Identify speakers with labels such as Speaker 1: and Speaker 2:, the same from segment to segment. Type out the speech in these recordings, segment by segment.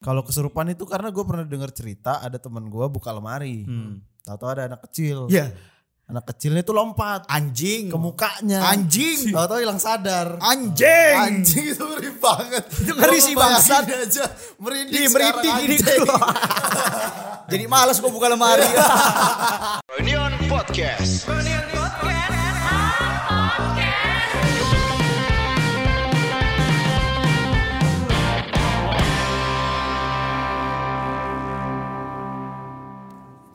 Speaker 1: Kalau kesurupan itu karena gue pernah dengar cerita ada teman gue buka lemari.
Speaker 2: Hmm.
Speaker 1: Tahu-tahu ada anak kecil.
Speaker 2: Ya,
Speaker 1: Anak kecilnya itu lompat
Speaker 2: anjing.
Speaker 1: ke mukanya.
Speaker 2: Anjing.
Speaker 1: Tahu-tahu hilang sadar.
Speaker 2: Anjing.
Speaker 1: Anjing itu ngeri banget. Itu
Speaker 2: ngeri sih, bangsat.
Speaker 1: aja. Merinding
Speaker 2: Ih,
Speaker 1: sekarang
Speaker 2: merinding ini
Speaker 1: anjing. Iya.
Speaker 2: gua. Jadi malas gua buka lemari.
Speaker 3: Union Podcast.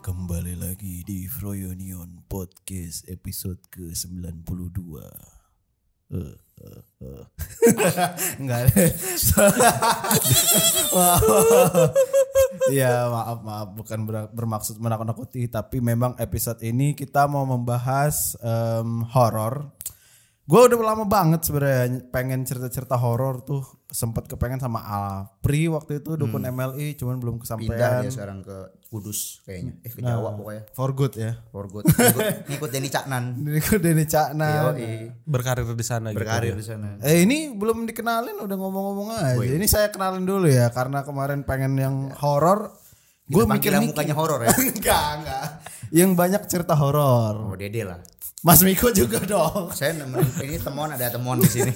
Speaker 1: Kembali lagi di Froyonion Podcast episode ke-92. Eh, eh, eh. Enggak. Maaf. Ya maaf maaf bukan ber- bermaksud menakut-nakuti tapi memang episode ini kita mau membahas em, horor. Gue udah lama banget sebenarnya pengen cerita-cerita horor tuh sempat kepengen sama Apri waktu itu dukun MLI cuman belum
Speaker 2: Pindah
Speaker 1: kesampaian.
Speaker 2: dia sekarang ke Kudus kayaknya. Eh ke Jawa pokoknya.
Speaker 1: For good ya.
Speaker 2: For good. Ngikut, ngikut Denny Caknan.
Speaker 1: Diriku Deni
Speaker 2: Iya,
Speaker 1: Cakna.
Speaker 2: Yoi.
Speaker 4: berkarir di sana
Speaker 2: Berkarir di sana. gitu
Speaker 1: Eh ini belum dikenalin udah ngomong-ngomong aja. Ini saya kenalin dulu ya karena kemarin pengen yang horor. Gue
Speaker 2: Iya. Kita
Speaker 1: mikir
Speaker 2: panggilan
Speaker 1: mikir
Speaker 2: mukanya horor ya.
Speaker 1: enggak enggak. Yang banyak cerita horor.
Speaker 2: Oh Dede lah.
Speaker 1: Mas Miko juga dong.
Speaker 2: Saya nemenin ini temuan ada temuan di sini.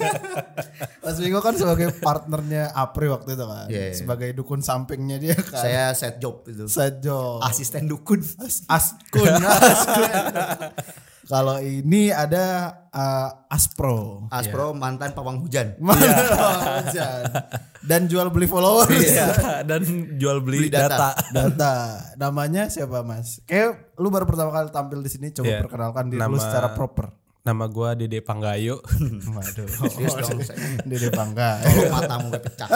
Speaker 1: Mas Miko kan sebagai partnernya Apri waktu itu kan.
Speaker 2: Iya, iya.
Speaker 1: Sebagai dukun sampingnya dia kan.
Speaker 2: Saya set job itu.
Speaker 1: Sejo.
Speaker 2: Asisten dukun.
Speaker 1: Askun. Askun. Kalau ini ada eh, Aspro.
Speaker 2: Aspro mantan pawang hujan.
Speaker 1: Mantap, Jan. Dan jual beli followers.
Speaker 2: Iya.
Speaker 4: Iya. dan jual beli,
Speaker 2: Beli data.
Speaker 4: data.
Speaker 1: Data. Namanya siapa Mas? Kayak lu baru pertama kali tampil di sini coba
Speaker 4: Iya.
Speaker 1: perkenalkan diri lu
Speaker 4: Nama-
Speaker 1: secara proper.
Speaker 4: Nama gua Dede Panggayo.
Speaker 1: Waduh.
Speaker 2: Serius dong saya.
Speaker 1: Dede bangga.
Speaker 2: Kalau matamu gue pecah.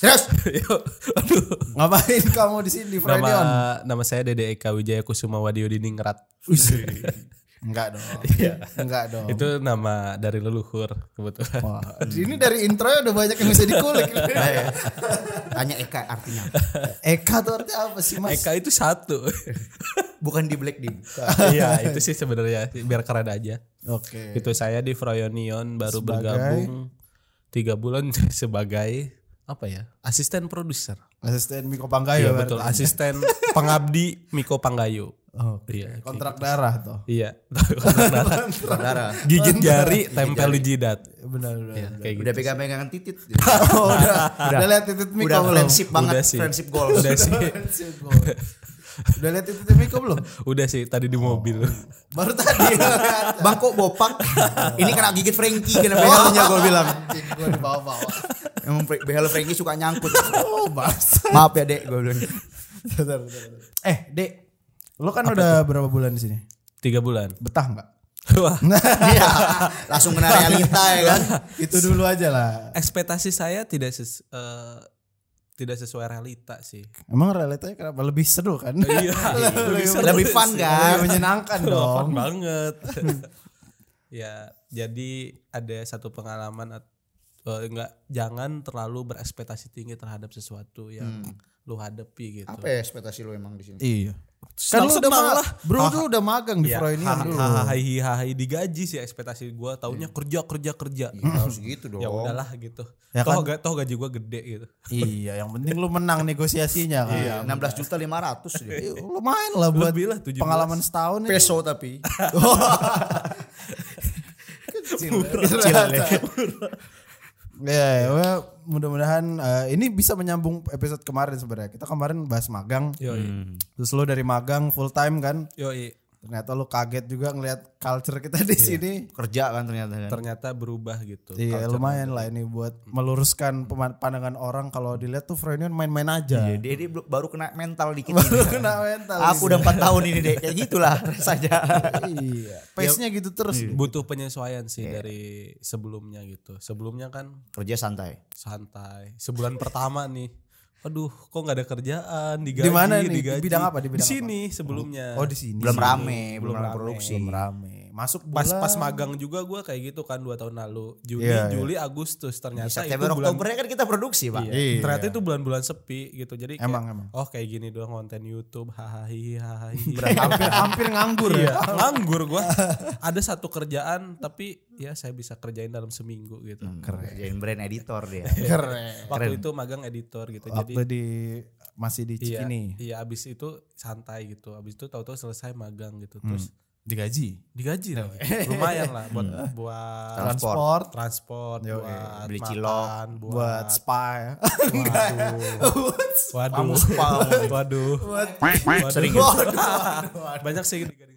Speaker 2: Serius.
Speaker 4: Yuk, Aduh.
Speaker 1: Ngapain kamu di sini di
Speaker 4: Nama
Speaker 1: Fredion?
Speaker 4: nama saya Dede Eka Wijaya Kusuma Wadio Diningrat.
Speaker 1: Enggak dong. Enggak dong.
Speaker 4: Iya. Itu nama dari leluhur kebetulan.
Speaker 1: Wah, ini dari intro udah banyak yang bisa dikulik.
Speaker 4: Iya.
Speaker 2: Tanya Eka artinya.
Speaker 1: Eka tuh artinya apa sih Mas?
Speaker 4: Eka itu satu.
Speaker 2: Bukan di black di.
Speaker 4: Iya, itu sih sebenarnya biar keren aja.
Speaker 1: Oke.
Speaker 4: Itu saya di Froyonion baru
Speaker 1: Sebagai?
Speaker 4: bergabung tiga bulan sebagai apa ya? Asisten produser.
Speaker 1: Asisten Miko Panggayo.
Speaker 4: Iya
Speaker 1: berarti.
Speaker 4: betul, asisten pengabdi Miko Panggayo.
Speaker 1: Oh, Oke.
Speaker 4: Iya.
Speaker 1: Kontrak darah tuh.
Speaker 4: Iya. Benar.
Speaker 2: Saudara.
Speaker 4: Gigit jari, tempel di jidat.
Speaker 1: Benar benar.
Speaker 4: Ya, kayak gitu.
Speaker 2: Udah pegang-pegangan titit.
Speaker 1: Oh, udah, udah lihat titik Miko
Speaker 2: Udah
Speaker 1: belum?
Speaker 2: friendship banget.
Speaker 4: Udah sih.
Speaker 2: Friendship goal.
Speaker 4: Udah sih,
Speaker 1: Udah lihat titik Miko belum?
Speaker 4: udah sih tadi di mobil.
Speaker 1: Baru tadi.
Speaker 2: Bangkok bopak. Ini kena gigit Frankie kena behelnya gue bilang.
Speaker 1: Gue dibawa-bawa.
Speaker 2: Emang Fra- behel Frankie suka nyangkut.
Speaker 1: Oh, bangsa.
Speaker 2: Maaf ya dek gue bilang.
Speaker 1: Bentar, bentar, bentar. Eh, Dek. Lo kan udah berapa bulan di sini?
Speaker 4: Tiga bulan.
Speaker 1: Betah nggak?
Speaker 4: Wah,
Speaker 2: Iya. Langsung kena realita ya kan.
Speaker 1: Itu dulu aja lah.
Speaker 4: ekspektasi saya tidak ses- eh, tidak sesuai realita sih.
Speaker 1: Emang realitanya kenapa lebih seru kan?
Speaker 4: Iya, lebih seru
Speaker 2: Lebih fun
Speaker 4: sih.
Speaker 2: kan.
Speaker 1: Lebih menyenangkan
Speaker 4: Fun
Speaker 1: dong.
Speaker 4: banget. ya, jadi ada satu pengalaman at- eh, enggak jangan terlalu berekspektasi tinggi terhadap sesuatu yang lu hadapi gitu.
Speaker 2: Apa ya ekspektasi lu emang di sini?
Speaker 1: Iya. Ah. Kan lu
Speaker 4: Senang-senang
Speaker 1: udah malah,
Speaker 4: lah.
Speaker 1: bro lu udah magang di
Speaker 4: Ya,
Speaker 1: Froynian
Speaker 4: ha-
Speaker 1: dulu.
Speaker 4: ha- ha- hai- hai- hai digaji sih ekspektasi gua taunya kerja kerja kerja
Speaker 2: Harus gitu dong.
Speaker 4: ya udahlah gitu
Speaker 1: Oh. Ya
Speaker 4: toh ga- toh gaji gua gede gitu
Speaker 1: Iya, yang penting lu menang negosiasinya kan. Iya.
Speaker 2: 16 juta 500 dia.
Speaker 1: Lumayan lah buat
Speaker 4: Lebih lah, 17.
Speaker 1: pengalaman setahun ya. itu.
Speaker 2: Peso tapi.
Speaker 1: kecil ya, ya, ya, mudah-mudahan eh, ini bisa menyambung episode kemarin sebenarnya kita kemarin bahas magang
Speaker 4: yoi
Speaker 1: terus lo dari magang full time kan
Speaker 4: yoi
Speaker 1: ternyata lo kaget juga ngelihat culture kita
Speaker 4: Iya.
Speaker 1: di sini
Speaker 2: Kerja kan ternyata kan.
Speaker 4: ternyata berubah gitu
Speaker 1: Iya lumayan lah ini buat meluruskan pema- pandangan orang kalau dilihat tuh Freudian main-main aja.
Speaker 4: Iya.
Speaker 2: Dia, dia baru kena mental dikit
Speaker 1: Baru
Speaker 2: ini.
Speaker 1: kena mental.
Speaker 2: Aku udah 4 tahun ini dek. Kayak gitulah rasanya.
Speaker 1: iya. Pace-nya gitu terus.
Speaker 4: butuh penyesuaian sih
Speaker 1: Iya.
Speaker 4: dari sebelumnya gitu sebelumnya kan
Speaker 2: Kerja santai.
Speaker 4: santai sebulan pertama nih aduh kok nggak ada kerjaan
Speaker 1: Di
Speaker 4: digaji
Speaker 1: mana nih? Di
Speaker 4: digaji.
Speaker 1: bidang apa? Di bidang
Speaker 4: sini sebelumnya
Speaker 1: Oh di sini.
Speaker 2: Belum rame, belum, rame,
Speaker 1: Belum
Speaker 2: produksi.
Speaker 1: rame. masuk
Speaker 4: pas
Speaker 1: bulan.
Speaker 4: pas magang juga gua kayak gitu kan dua tahun lalu Juni
Speaker 1: Iya, iya.
Speaker 4: Juli Agustus ternyata Nah, itu
Speaker 2: September
Speaker 4: bulan
Speaker 2: Oktobernya kan kita produksi pak.
Speaker 4: Iya,
Speaker 1: Iya.
Speaker 4: ternyata itu bulan-bulan sepi gitu jadi kayak,
Speaker 1: Emang, emang.
Speaker 4: oh kayak gini doang konten YouTube hahaha hahaha
Speaker 1: hampir hampir nganggur
Speaker 4: Iya,
Speaker 1: ya.
Speaker 4: nganggur gua. Ada satu kerjaan tapi ya saya bisa kerjain dalam seminggu gitu.
Speaker 1: Keren.
Speaker 2: Jadi brand editor dia.
Speaker 1: Hmm, Keren.
Speaker 4: Waktu itu magang editor gitu. Jadi
Speaker 1: Waktu di masih di
Speaker 4: iya,
Speaker 1: Cikini
Speaker 4: iya abis itu santai gitu. Abis itu tahu-tahu selesai magang gitu.
Speaker 1: Hmm.
Speaker 4: Terus
Speaker 1: digaji.
Speaker 4: digaji lah. Lumayan lah buat buat
Speaker 1: Transport,
Speaker 4: transport,
Speaker 1: Hmm. Yo,
Speaker 4: buat
Speaker 2: Beli
Speaker 4: makan,
Speaker 2: cilok.
Speaker 1: buat spa ya.
Speaker 4: waduh. waduh. Waduh. gitu. Waduh.
Speaker 2: Sering.
Speaker 4: Banyak sih digaji.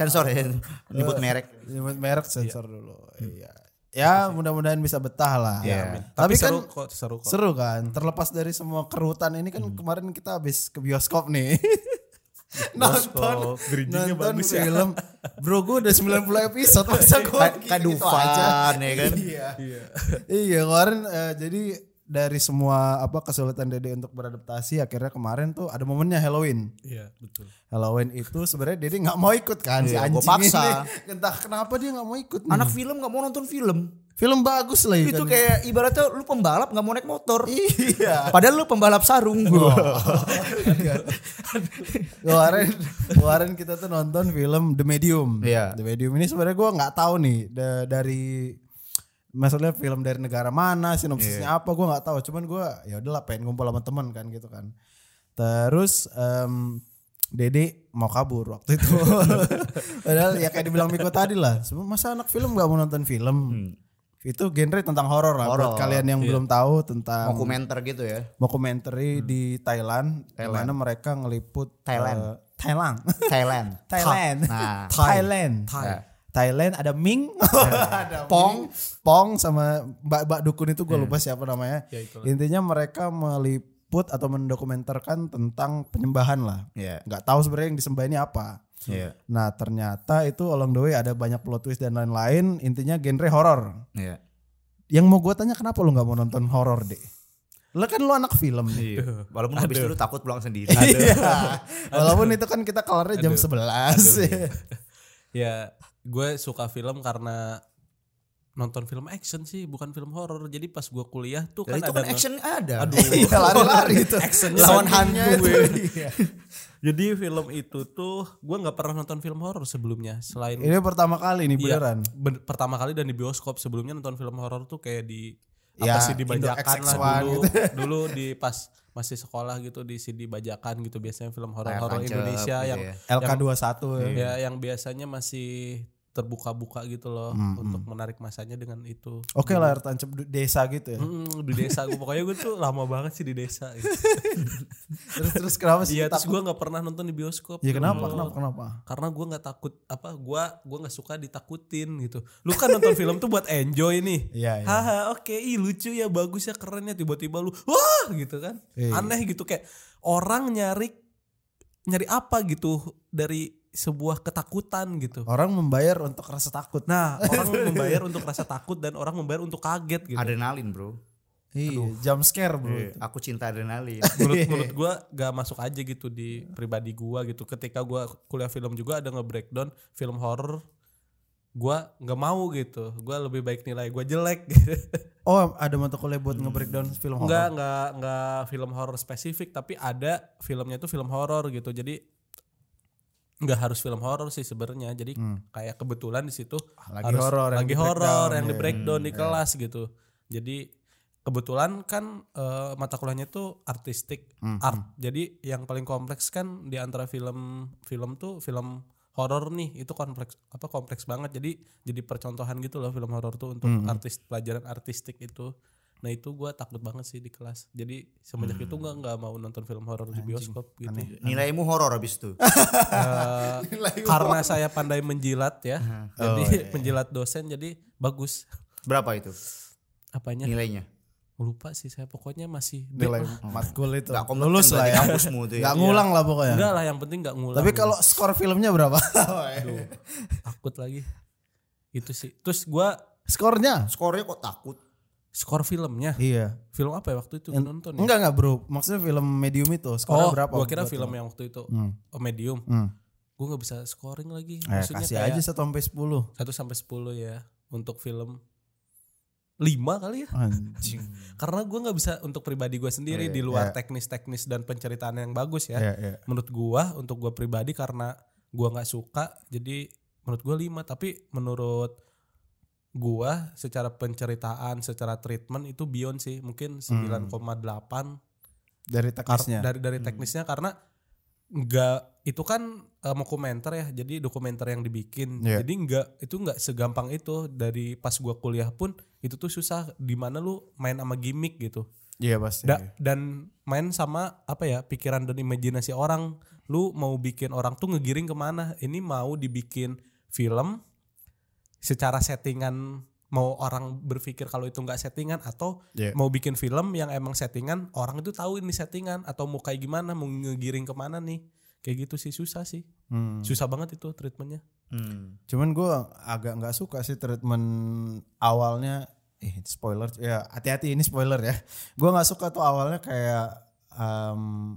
Speaker 2: Sensor ya. Nyebut merek.
Speaker 1: Nyebut merek sensor dulu.
Speaker 4: Hmm.
Speaker 1: Iya. Ya mudah-mudahan bisa betah lah.
Speaker 2: Iya.
Speaker 1: Amin.
Speaker 4: Tapi,
Speaker 1: Tapi, kan
Speaker 4: seru kok, Hmm. seru kok.
Speaker 1: seru kan. Terlepas dari semua kerutan ini kan kemarin kita habis ke bioskop nih. nonton
Speaker 4: bridgingnya
Speaker 1: nonton
Speaker 4: bagus ya.
Speaker 1: film. Bro gue udah 90 episode masa gue
Speaker 2: Ka- Kadufan ya kan.
Speaker 4: Iya.
Speaker 1: Iya kemarin eh, jadi dari semua apa kesulitan Dede untuk beradaptasi akhirnya kemarin tuh ada momennya Halloween.
Speaker 4: Iya, betul.
Speaker 1: Halloween itu sebenarnya Dede nggak mau ikut kan si
Speaker 2: Iya,
Speaker 1: anjing
Speaker 2: gua paksa.
Speaker 1: ini. Entah kenapa dia nggak mau ikut. nih.
Speaker 2: Anak film nggak mau nonton film.
Speaker 1: film bagus lah ya
Speaker 2: Itu
Speaker 1: kan.
Speaker 2: kayak ibaratnya lu pembalap nggak mau naik motor.
Speaker 1: Iya.
Speaker 2: Padahal lu pembalap sarung.
Speaker 1: kemarin kemarin kita tuh nonton film The Medium.
Speaker 2: Iya.
Speaker 1: The Medium ini sebenarnya gua nggak tahu nih da- dari maksudnya film dari negara mana, sinopsisnya
Speaker 2: Iya.
Speaker 1: apa gua nggak tahu. Cuman gua ya udahlah pengen ngumpul sama teman kan gitu kan. Terus em, Dede mau kabur waktu itu. Padahal ya kayak dibilang Miko tadi lah. "Sebelum- Masa anak film nggak mau nonton film? Itu genre tentang horor lah. Buat
Speaker 2: Hmm. Horor. iya.
Speaker 1: kalian yang belum tahu tentang
Speaker 2: Dokumenter gitu ya.
Speaker 1: Dokumentari
Speaker 4: Hmm.
Speaker 1: di Thailand, di mana mereka ngeliput eh,
Speaker 2: Thailand.
Speaker 1: Thailand.
Speaker 2: Thailand.
Speaker 1: Thailand.
Speaker 2: Nah,
Speaker 1: Thailand.
Speaker 4: Ya.
Speaker 2: Thai.
Speaker 1: Thailand ada Ming, ada Pong, Pong sama Mbak-mbak dukun itu gue lupa siapa namanya.
Speaker 4: Ya, itulah.
Speaker 1: Intinya mereka meliput atau mendokumenterkan tentang penyembahan lah.
Speaker 2: Iya.
Speaker 1: Nggak tahu sebenarnya yang disembah ini apa.
Speaker 2: Iya.
Speaker 1: Nah ternyata itu along the way ada banyak plot twist dan lain-lain. Intinya genre horor.
Speaker 2: Iya.
Speaker 1: Yang mau gue tanya kenapa lu nggak mau nonton horor deh? Lo kan lo anak film nih.
Speaker 4: Iya.
Speaker 2: Iya. Walaupun habis itu lu takut pulang sendiri.
Speaker 1: Iya. Walaupun itu kan kita kelarnya jam
Speaker 4: iya.
Speaker 1: 11.
Speaker 4: Ya, gue suka film karena nonton film action sih, bukan film horor. Jadi pas gue kuliah tuh
Speaker 2: Dan
Speaker 4: kan
Speaker 2: itu
Speaker 4: ada
Speaker 2: kan action ada.
Speaker 4: Aduh.
Speaker 1: Iya, lari-lari itu.
Speaker 4: Actionnya
Speaker 1: Lawan
Speaker 4: sampingnya
Speaker 1: hantu.
Speaker 4: itu.
Speaker 1: Iya.
Speaker 4: Jadi film itu tuh gue nggak pernah nonton film horor sebelumnya selain
Speaker 1: Ini pertama kali nih
Speaker 4: Iya,
Speaker 1: beneran.
Speaker 4: ben- pertama kali dan di bioskop sebelumnya nonton film horor tuh kayak di
Speaker 1: Ya,
Speaker 4: apa sih di
Speaker 1: Indo
Speaker 4: bajakan lah
Speaker 1: XX1
Speaker 4: dulu dulu di pas masih sekolah gitu di CD bajakan gitu biasanya film
Speaker 2: Layar
Speaker 4: horor-horor
Speaker 2: tancap
Speaker 4: Indonesia
Speaker 2: gitu
Speaker 4: yang
Speaker 2: ya.
Speaker 1: LK21 ya.
Speaker 4: ya yang biasanya masih terbuka-buka gitu loh
Speaker 1: Hmm,
Speaker 4: untuk menarik masanya dengan itu
Speaker 1: Oke lah tancap du- desa gitu ya.
Speaker 4: Mm, di desa gue pokoknya gue tuh lama banget sih di desa gitu.
Speaker 1: Terus terus kenapa sih
Speaker 4: Iya, terus
Speaker 1: takut?
Speaker 4: gue nggak pernah nonton di bioskop.
Speaker 1: Ya
Speaker 4: gitu
Speaker 1: kenapa? Kenapa?
Speaker 4: loh.
Speaker 1: Kenapa?
Speaker 4: Karena gue nggak takut apa? Gue gua nggak suka ditakutin gitu. Lu kan nonton film tuh buat enjoy nih.
Speaker 1: Iya, iya.
Speaker 4: Haha, oke, ih lucu ya, bagus ya, keren ya. Tiba-tiba lu wah gitu kan?
Speaker 1: Iya.
Speaker 4: Aneh gitu kayak orang nyari nyari apa gitu dari sebuah ketakutan gitu.
Speaker 1: Orang membayar untuk rasa takut.
Speaker 4: Nah, orang membayar untuk rasa takut dan orang membayar untuk kaget gitu.
Speaker 2: Adrenalin bro.
Speaker 1: Iya, jump scare bro.
Speaker 2: Aku cinta adrenalin. Iya.
Speaker 4: menurut menurut gue gak masuk aja gitu di pribadi gua gitu ketika gua kuliah film juga ada nge-breakdown film horror gua nggak mau gitu gua lebih baik nilai gua jelek gitu
Speaker 1: Oh, ada mata kuliah buat nge-breakdown film
Speaker 4: Hmm. nggak
Speaker 1: horor.
Speaker 4: nggak nggak film horror spesifik tapi ada filmnya tuh film horror gitu jadi nggak harus film horor sih sebenarnya jadi kayak kebetulan di situ
Speaker 1: Hmm. Ah, Lagi
Speaker 4: harus-
Speaker 1: horor yang
Speaker 4: lagi
Speaker 1: di
Speaker 4: horor
Speaker 1: breakdown,
Speaker 4: yang di
Speaker 1: iya.
Speaker 4: breakdown di kelas gitu jadi kebetulan kan eh, mata kuliahnya tuh artistik art jadi yang paling kompleks kan di antara film film tuh film horor nih itu kompleks apa kompleks banget jadi jadi percontohan gitu loh film horor tuh untuk artis pelajaran artistik itu nah itu gua takut banget sih di kelas jadi semenjak itu gua nggak mau nonton film horor di bioskop gitu
Speaker 2: Nilaimu horor habis itu.
Speaker 4: Eh, karena saya pandai menjilat ya jadi menjilat dosen jadi bagus
Speaker 2: Berapa itu
Speaker 4: apanya
Speaker 2: nilainya?
Speaker 4: lupa sih saya pokoknya masih B
Speaker 1: Nilai matkul itu.
Speaker 2: Gak kompeten
Speaker 1: Lulus lah
Speaker 2: berarti
Speaker 1: ya.
Speaker 2: kampusmu tuh ya.
Speaker 1: Gak ngulang lah pokoknya.
Speaker 4: enggak lah yang penting Iya. nggak ngulang
Speaker 1: Tapi kalau skor filmnya berapa?
Speaker 2: Iya.
Speaker 4: Aduh, takut lagi itu sih terus gua
Speaker 1: Skornya?
Speaker 2: Skornya kok takut?
Speaker 4: skor filmnya
Speaker 1: Iya.
Speaker 4: film apa ya waktu itu gua nonton ya?
Speaker 1: Enggak enggak bro, maksudnya film medium itu skornya
Speaker 4: oh
Speaker 1: berapa?
Speaker 4: gua kira
Speaker 1: buat
Speaker 4: film
Speaker 1: lo?
Speaker 4: yang waktu itu oh, medium
Speaker 1: Hmm.
Speaker 4: gue nggak bisa scoring lagi
Speaker 1: Eh,
Speaker 4: maksudnya
Speaker 1: kasih
Speaker 4: kayak
Speaker 1: aja satu sampai sepuluh.
Speaker 4: 1 sampai 10 ya untuk film 5 kali ya
Speaker 1: Anjing.
Speaker 4: karena gue nggak bisa untuk pribadi gue sendiri
Speaker 1: Iya,
Speaker 4: di luar
Speaker 1: iya.
Speaker 4: teknis-teknis dan penceritaan yang bagus ya
Speaker 1: ya, ya.
Speaker 4: menurut gue untuk gue pribadi karena gue nggak suka jadi menurut gue 5 tapi menurut gue secara penceritaan secara treatment itu beyond sih mungkin 9,8
Speaker 1: Dari
Speaker 4: Kar-
Speaker 1: teknisnya.
Speaker 4: dari dari teknisnya karena nggak itu kan eh, mau dokumenter ya jadi dokumenter yang dibikin
Speaker 1: Iya.
Speaker 4: jadi nggak itu nggak segampang itu dari pas gua kuliah pun itu tuh susah di mana lu main sama gimmick gitu
Speaker 1: Iya pasti.
Speaker 4: Da- dan main sama apa ya pikiran dan imajinasi orang lu mau bikin orang tuh ngegiring kemana ini mau dibikin film secara settingan mau orang berpikir kalau itu nggak settingan atau
Speaker 1: Iya.
Speaker 4: mau bikin film yang emang settingan orang itu tahu ini settingan atau mau kayak gimana mau ngegiring kemana nih kayak gitu sih susah sih
Speaker 1: Hmm.
Speaker 4: susah banget itu treatmentnya
Speaker 2: Hmm.
Speaker 1: Cuman gue agak nggak suka sih treatment awalnya. Eh spoiler ya hati-hati ini spoiler ya. Gue nggak suka tuh awalnya kayak em,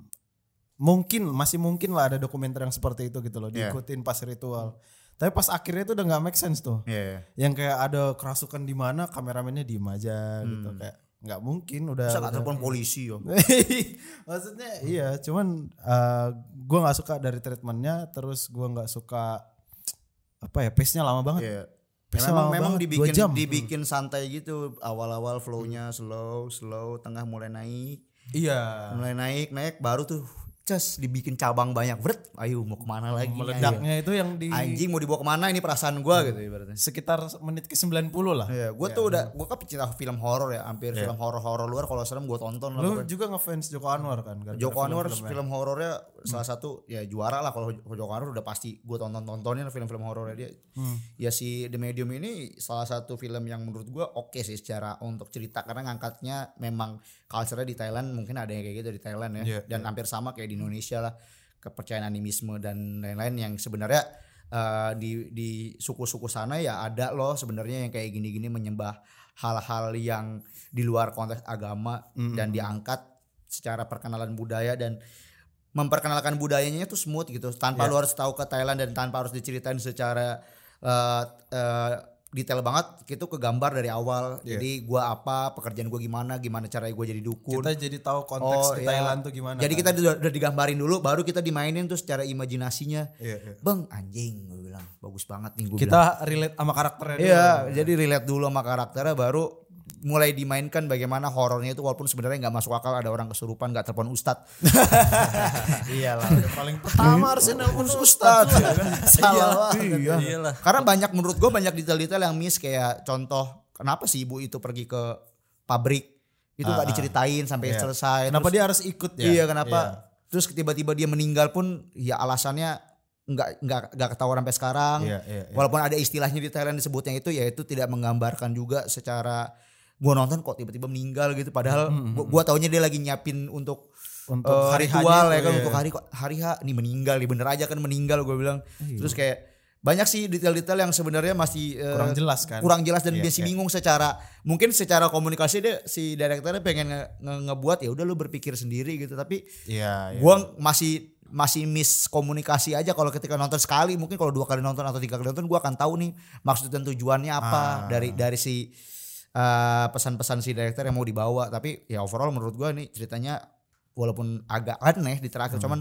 Speaker 1: mungkin masih mungkin lah ada dokumenter yang seperti itu gitu loh
Speaker 2: Iya.
Speaker 1: diikutin pas ritual. Tapi pas akhirnya tuh udah nggak make sense tuh.
Speaker 2: Iya.
Speaker 1: Yang kayak ada kerasukan di mana kameramennya diem aja gitu kayak nggak mungkin udah.
Speaker 2: Bisa nggak
Speaker 1: udah-
Speaker 2: telepon polisi yo.
Speaker 1: maksudnya iya cuman gue nggak suka dari treatmentnya terus gue nggak suka apa ya pace nya lama banget
Speaker 2: Iya.
Speaker 1: Bisa
Speaker 2: memang
Speaker 1: lama
Speaker 2: memang
Speaker 1: banget,
Speaker 2: dibikin
Speaker 1: dua jam.
Speaker 2: dibikin santai gitu awal-awal flow-nya slow slow tengah mulai naik
Speaker 1: iya
Speaker 2: mulai naik naik baru tuh cas dibikin cabang banyak bret ayo mau kemana lagi nih?
Speaker 1: meledaknya itu yang di
Speaker 2: anjing mau dibawa kemana ini perasaan gua gitu ibaratnya
Speaker 1: sekitar menit ke 90 lah
Speaker 2: Iya, gua tuh udah gua kan pecinta film horor ya, hampir film horor-horor luar kalau serem gua tonton lah.
Speaker 1: lu
Speaker 2: pokoknya.
Speaker 1: juga ngefans Joko Anwar kan gara-gara
Speaker 2: Joko Anwar
Speaker 1: film-filmnya. Hmm.
Speaker 2: film horornya salah satu ya juara lah kalau Joko Anwar udah pasti gua tonton-tontonin lah film-film horornya dia.
Speaker 1: Hmm.
Speaker 2: Ya si The Medium ini salah satu film yang menurut gua oke sih secara untuk cerita karena ngangkatnya memang culture-nya di Thailand mungkin ada yang kayak gitu di Thailand ya
Speaker 1: Iya,
Speaker 2: dan hampir sama kayak di Indonesia lah kepercayaan animisme dan lain-lain yang sebenarnya eh, di di suku-suku sana ya ada loh sebenarnya yang kayak gini-gini menyembah hal-hal yang di luar konteks agama
Speaker 1: Hmm.
Speaker 2: dan diangkat secara perkenalan budaya dan memperkenalkan budayanya itu smooth gitu
Speaker 1: Ya.
Speaker 2: tanpa lu harus tahu ke Thailand dan tanpa harus diceritain secara eh, eh, detail banget itu kegambar dari awal
Speaker 1: Ya.
Speaker 2: jadi gua apa pekerjaan gua gimana gimana cara gua jadi dukun
Speaker 1: kita jadi tahu konteks di
Speaker 2: iya.
Speaker 1: Thailand tuh gimana
Speaker 2: Jadi
Speaker 1: kan.
Speaker 2: kita udah, udah digambarin dulu baru kita dimainin tuh secara imajinasinya.
Speaker 1: Iya, iya.
Speaker 2: Bang anjing gue bilang bagus banget nih gue
Speaker 1: kita relate sama karakternya dulu.
Speaker 2: Iya, jadi relate dulu sama karakternya baru mulai dimainkan bagaimana horornya itu walaupun sebenarnya nggak masuk akal ada orang kesurupan nggak telepon ustad
Speaker 1: iyalah udah Iya paling pertama harusnya nelpon Ustaz ya kan?
Speaker 2: salah banget.
Speaker 1: iya.
Speaker 4: iyalah
Speaker 2: Iya. karena banyak menurut gue banyak detail-detail yang miss kayak contoh kenapa sih ibu itu pergi ke pabrik itu nggak diceritain sampai
Speaker 1: Ah, Iya.
Speaker 2: selesai
Speaker 1: kenapa
Speaker 2: Terus-
Speaker 1: dia harus ikut ya
Speaker 2: Iya kenapa? Terus tiba-tiba dia meninggal pun ya alasannya nggak nggak nggak ketahuan sampai sekarang.
Speaker 1: Iya, iya, iya.
Speaker 2: Walaupun ada istilahnya di Thailand disebutnya itu yaitu tidak menggambarkan juga secara gua nonton kok tiba-tiba meninggal gitu padahal gua, gua taunya dia lagi nyiapin untuk
Speaker 1: Hmm, Untuk
Speaker 2: eh,
Speaker 1: hari
Speaker 2: ritual
Speaker 1: hanya
Speaker 2: ya
Speaker 1: itu,
Speaker 2: kan
Speaker 1: iya.
Speaker 2: untuk hari kok hari ha nih meninggal nih bener aja kan meninggal gue bilang.
Speaker 1: Iya.
Speaker 2: Terus kayak banyak sih detail-detail yang sebenarnya masih eh,
Speaker 1: Kurang jelas kan?
Speaker 2: kurang jelas dan
Speaker 1: Iya,
Speaker 2: biasa
Speaker 1: iya.
Speaker 2: bingung secara mungkin secara komunikasi dia si direkturnya pengen nge- nge- ngebuat ya udah lu berpikir sendiri gitu tapi
Speaker 1: iya iya.
Speaker 2: gua masih masih miss komunikasi aja kalau ketika nonton sekali mungkin kalau dua kali nonton atau tiga kali nonton gua akan tahu nih maksud dan tujuannya
Speaker 1: Ah.
Speaker 2: apa dari dari si eh, pesan-pesan si director yang mau dibawa tapi ya overall menurut gua nih ceritanya walaupun agak aneh di terakhir
Speaker 1: Hmm.
Speaker 2: cuman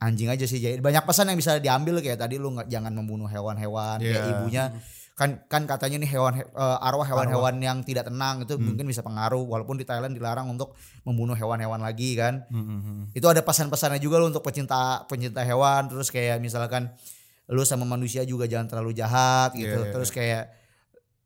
Speaker 2: anjing aja sih jadi banyak pesan yang bisa diambil kayak tadi lu nggak jangan membunuh hewan-hewan kayak
Speaker 1: Iya.
Speaker 2: ibunya kan kan katanya nih hewan he- eh, arwah hewan-hewan yang tidak tenang itu
Speaker 1: Hmm.
Speaker 2: mungkin bisa pengaruh walaupun di Thailand dilarang untuk membunuh hewan-hewan lagi kan itu ada pesan-pesannya juga lo untuk pecinta pecinta hewan terus kayak misalkan lu sama manusia juga jangan terlalu jahat gitu
Speaker 1: Iya, iya,
Speaker 2: terus kayak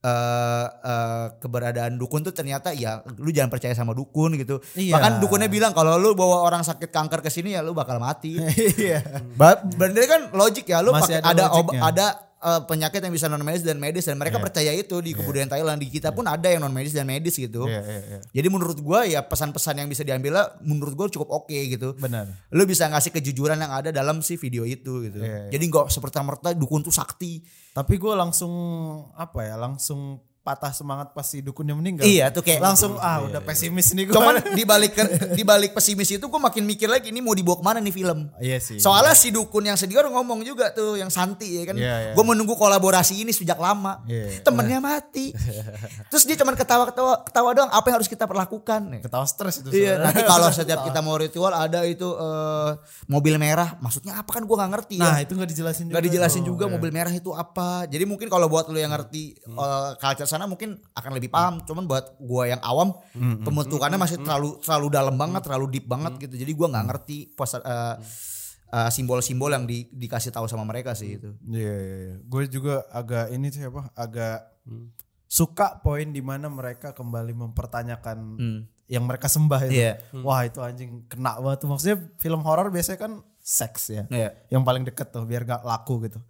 Speaker 2: eh eh, keberadaan dukun tuh ternyata ya lu jangan percaya sama dukun gitu
Speaker 1: Iya.
Speaker 2: bahkan dukunnya bilang kalau lu bawa orang sakit kanker ke sini ya lu bakal mati
Speaker 1: iya
Speaker 2: Ba- Bener kan logik ya lu
Speaker 1: Masih
Speaker 2: pakai
Speaker 1: ada
Speaker 2: ada oba-
Speaker 1: logiknya.
Speaker 2: ada eh, penyakit yang bisa non medis dan medis dan
Speaker 1: Iya.
Speaker 2: mereka percaya itu di kebudayaan Thailand di kita pun ada yang non medis dan medis gitu.
Speaker 1: iya iya iya
Speaker 2: Jadi menurut gua ya pesan-pesan yang bisa diambil lah, menurut gua cukup oke gitu.
Speaker 1: benar
Speaker 2: Lu bisa ngasih kejujuran yang ada dalam si video itu gitu.
Speaker 1: Iya, iya.
Speaker 2: Jadi nggak seperti merta dukun tuh sakti.
Speaker 1: tapi gue langsung apa ya langsung patah semangat pas si dukunnya meninggal.
Speaker 2: Iya tuh kayak
Speaker 1: Langsung ah udah pesimis nih gue.
Speaker 2: Cuman di balik ke- di balik pesimis itu gue makin mikir lagi ini mau dibawa kemana nih film.
Speaker 1: Iya sih.
Speaker 2: Soalnya si dukun yang sedih kan ngomong juga tuh yang Santi ya kan.
Speaker 1: Iya, iya.
Speaker 2: Gue menunggu kolaborasi ini sejak lama.
Speaker 1: Iya.
Speaker 2: Temennya mati. Terus dia cuman ketawa-ketawa ketawa doang apa yang harus kita perlakukan.
Speaker 1: ketawa stres itu.
Speaker 2: Iya,
Speaker 1: saudara.
Speaker 2: nanti kalau setiap kita mau ritual ada itu eh, mobil merah, maksudnya apa kan gue nggak ngerti.
Speaker 1: Nah,
Speaker 2: ya.
Speaker 1: itu nggak dijelasin
Speaker 2: nggak dijelasin
Speaker 1: Oh, iya.
Speaker 2: juga
Speaker 1: Hmm.
Speaker 2: mobil merah itu apa. Jadi mungkin kalau buat lu yang ngerti eh, culture sana mungkin akan lebih paham. Cuman buat gua yang awam
Speaker 1: Hmm,
Speaker 2: pembentukannya masih terlalu terlalu dalam banget, terlalu deep banget gitu. Jadi
Speaker 1: Hmm.
Speaker 2: gua nggak ngerti pos- eh, eh, simbol-simbol yang di- dikasih tahu sama mereka sih gitu. itu.
Speaker 1: Iya, iya, iya. Gue juga agak ini sih apa? Agak
Speaker 2: Hmm.
Speaker 1: suka poin di mana mereka kembali mempertanyakan yang mereka sembah itu.
Speaker 2: Hmm. Iya.
Speaker 1: Wah, itu anjing kena banget tuh. Maksudnya film horor biasanya kan seks ya.
Speaker 2: Iya.
Speaker 1: Yang paling deket tuh biar gak laku gitu.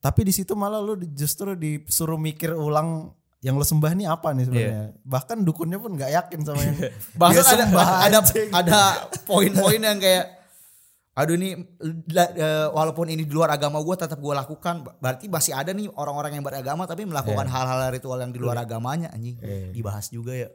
Speaker 1: Tapi di situ malah lu di- justru disuruh mikir ulang yang lo sembah nih apa nih sebenarnya. Bahkan dukunnya pun gak yakin sama yang
Speaker 2: Bahkan
Speaker 1: dia
Speaker 2: ada
Speaker 1: sembah,
Speaker 2: ada
Speaker 1: anjing.
Speaker 2: ada poin-poin yang kayak aduh ini la- eh, walaupun ini di luar agama gue tetap gue lakukan berarti masih ada nih orang-orang yang beragama tapi melakukan
Speaker 1: Iya.
Speaker 2: hal-hal ritual yang di luar agamanya anjing dibahas juga ya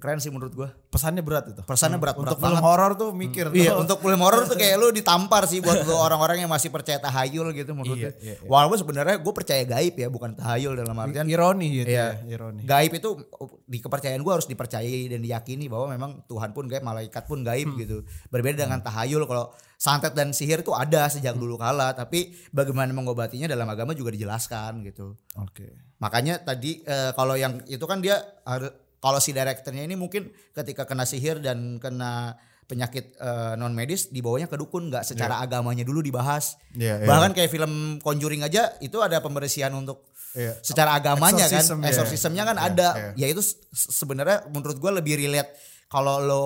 Speaker 2: keren sih menurut gue
Speaker 1: pesannya berat itu.
Speaker 2: pesannya berat
Speaker 1: Untuk
Speaker 2: berat
Speaker 1: film
Speaker 2: banget
Speaker 1: horor tuh mikir.
Speaker 2: Iya,
Speaker 1: tuh.
Speaker 2: untuk film horor tuh kayak lu ditampar sih buat lu orang-orang yang masih percaya tahayul gitu menurut
Speaker 1: Iya,
Speaker 2: gue.
Speaker 1: iya, iya.
Speaker 2: Walaupun sebenarnya gue percaya gaib ya, bukan tahayul dalam artian
Speaker 1: ironi gitu
Speaker 2: Iya.
Speaker 1: ya, ironi.
Speaker 2: gaib itu di kepercayaan gue harus dipercayai dan diyakini bahwa memang Tuhan pun gaib, malaikat pun gaib gitu. Berbeda dengan tahayul kalau santet dan sihir itu ada sejak dulu kala, tapi bagaimana mengobatinya dalam agama juga dijelaskan gitu.
Speaker 1: Oke.
Speaker 2: Makanya tadi eh, kalau yang itu kan dia harus kalau si direkturnya ini mungkin ketika kena sihir dan kena penyakit non medis dibawanya ke dukun nggak secara agamanya dulu dibahas.
Speaker 1: Iya, iya.
Speaker 2: Bahkan kayak film Conjuring aja itu ada pembersihan untuk
Speaker 1: Iya.
Speaker 2: secara agamanya
Speaker 1: Exorcism,
Speaker 2: kan
Speaker 1: iya.
Speaker 2: exorcismnya kan
Speaker 1: Iya,
Speaker 2: ada
Speaker 1: iya.
Speaker 2: ya itu se- sebenarnya menurut gue lebih relate kalau lo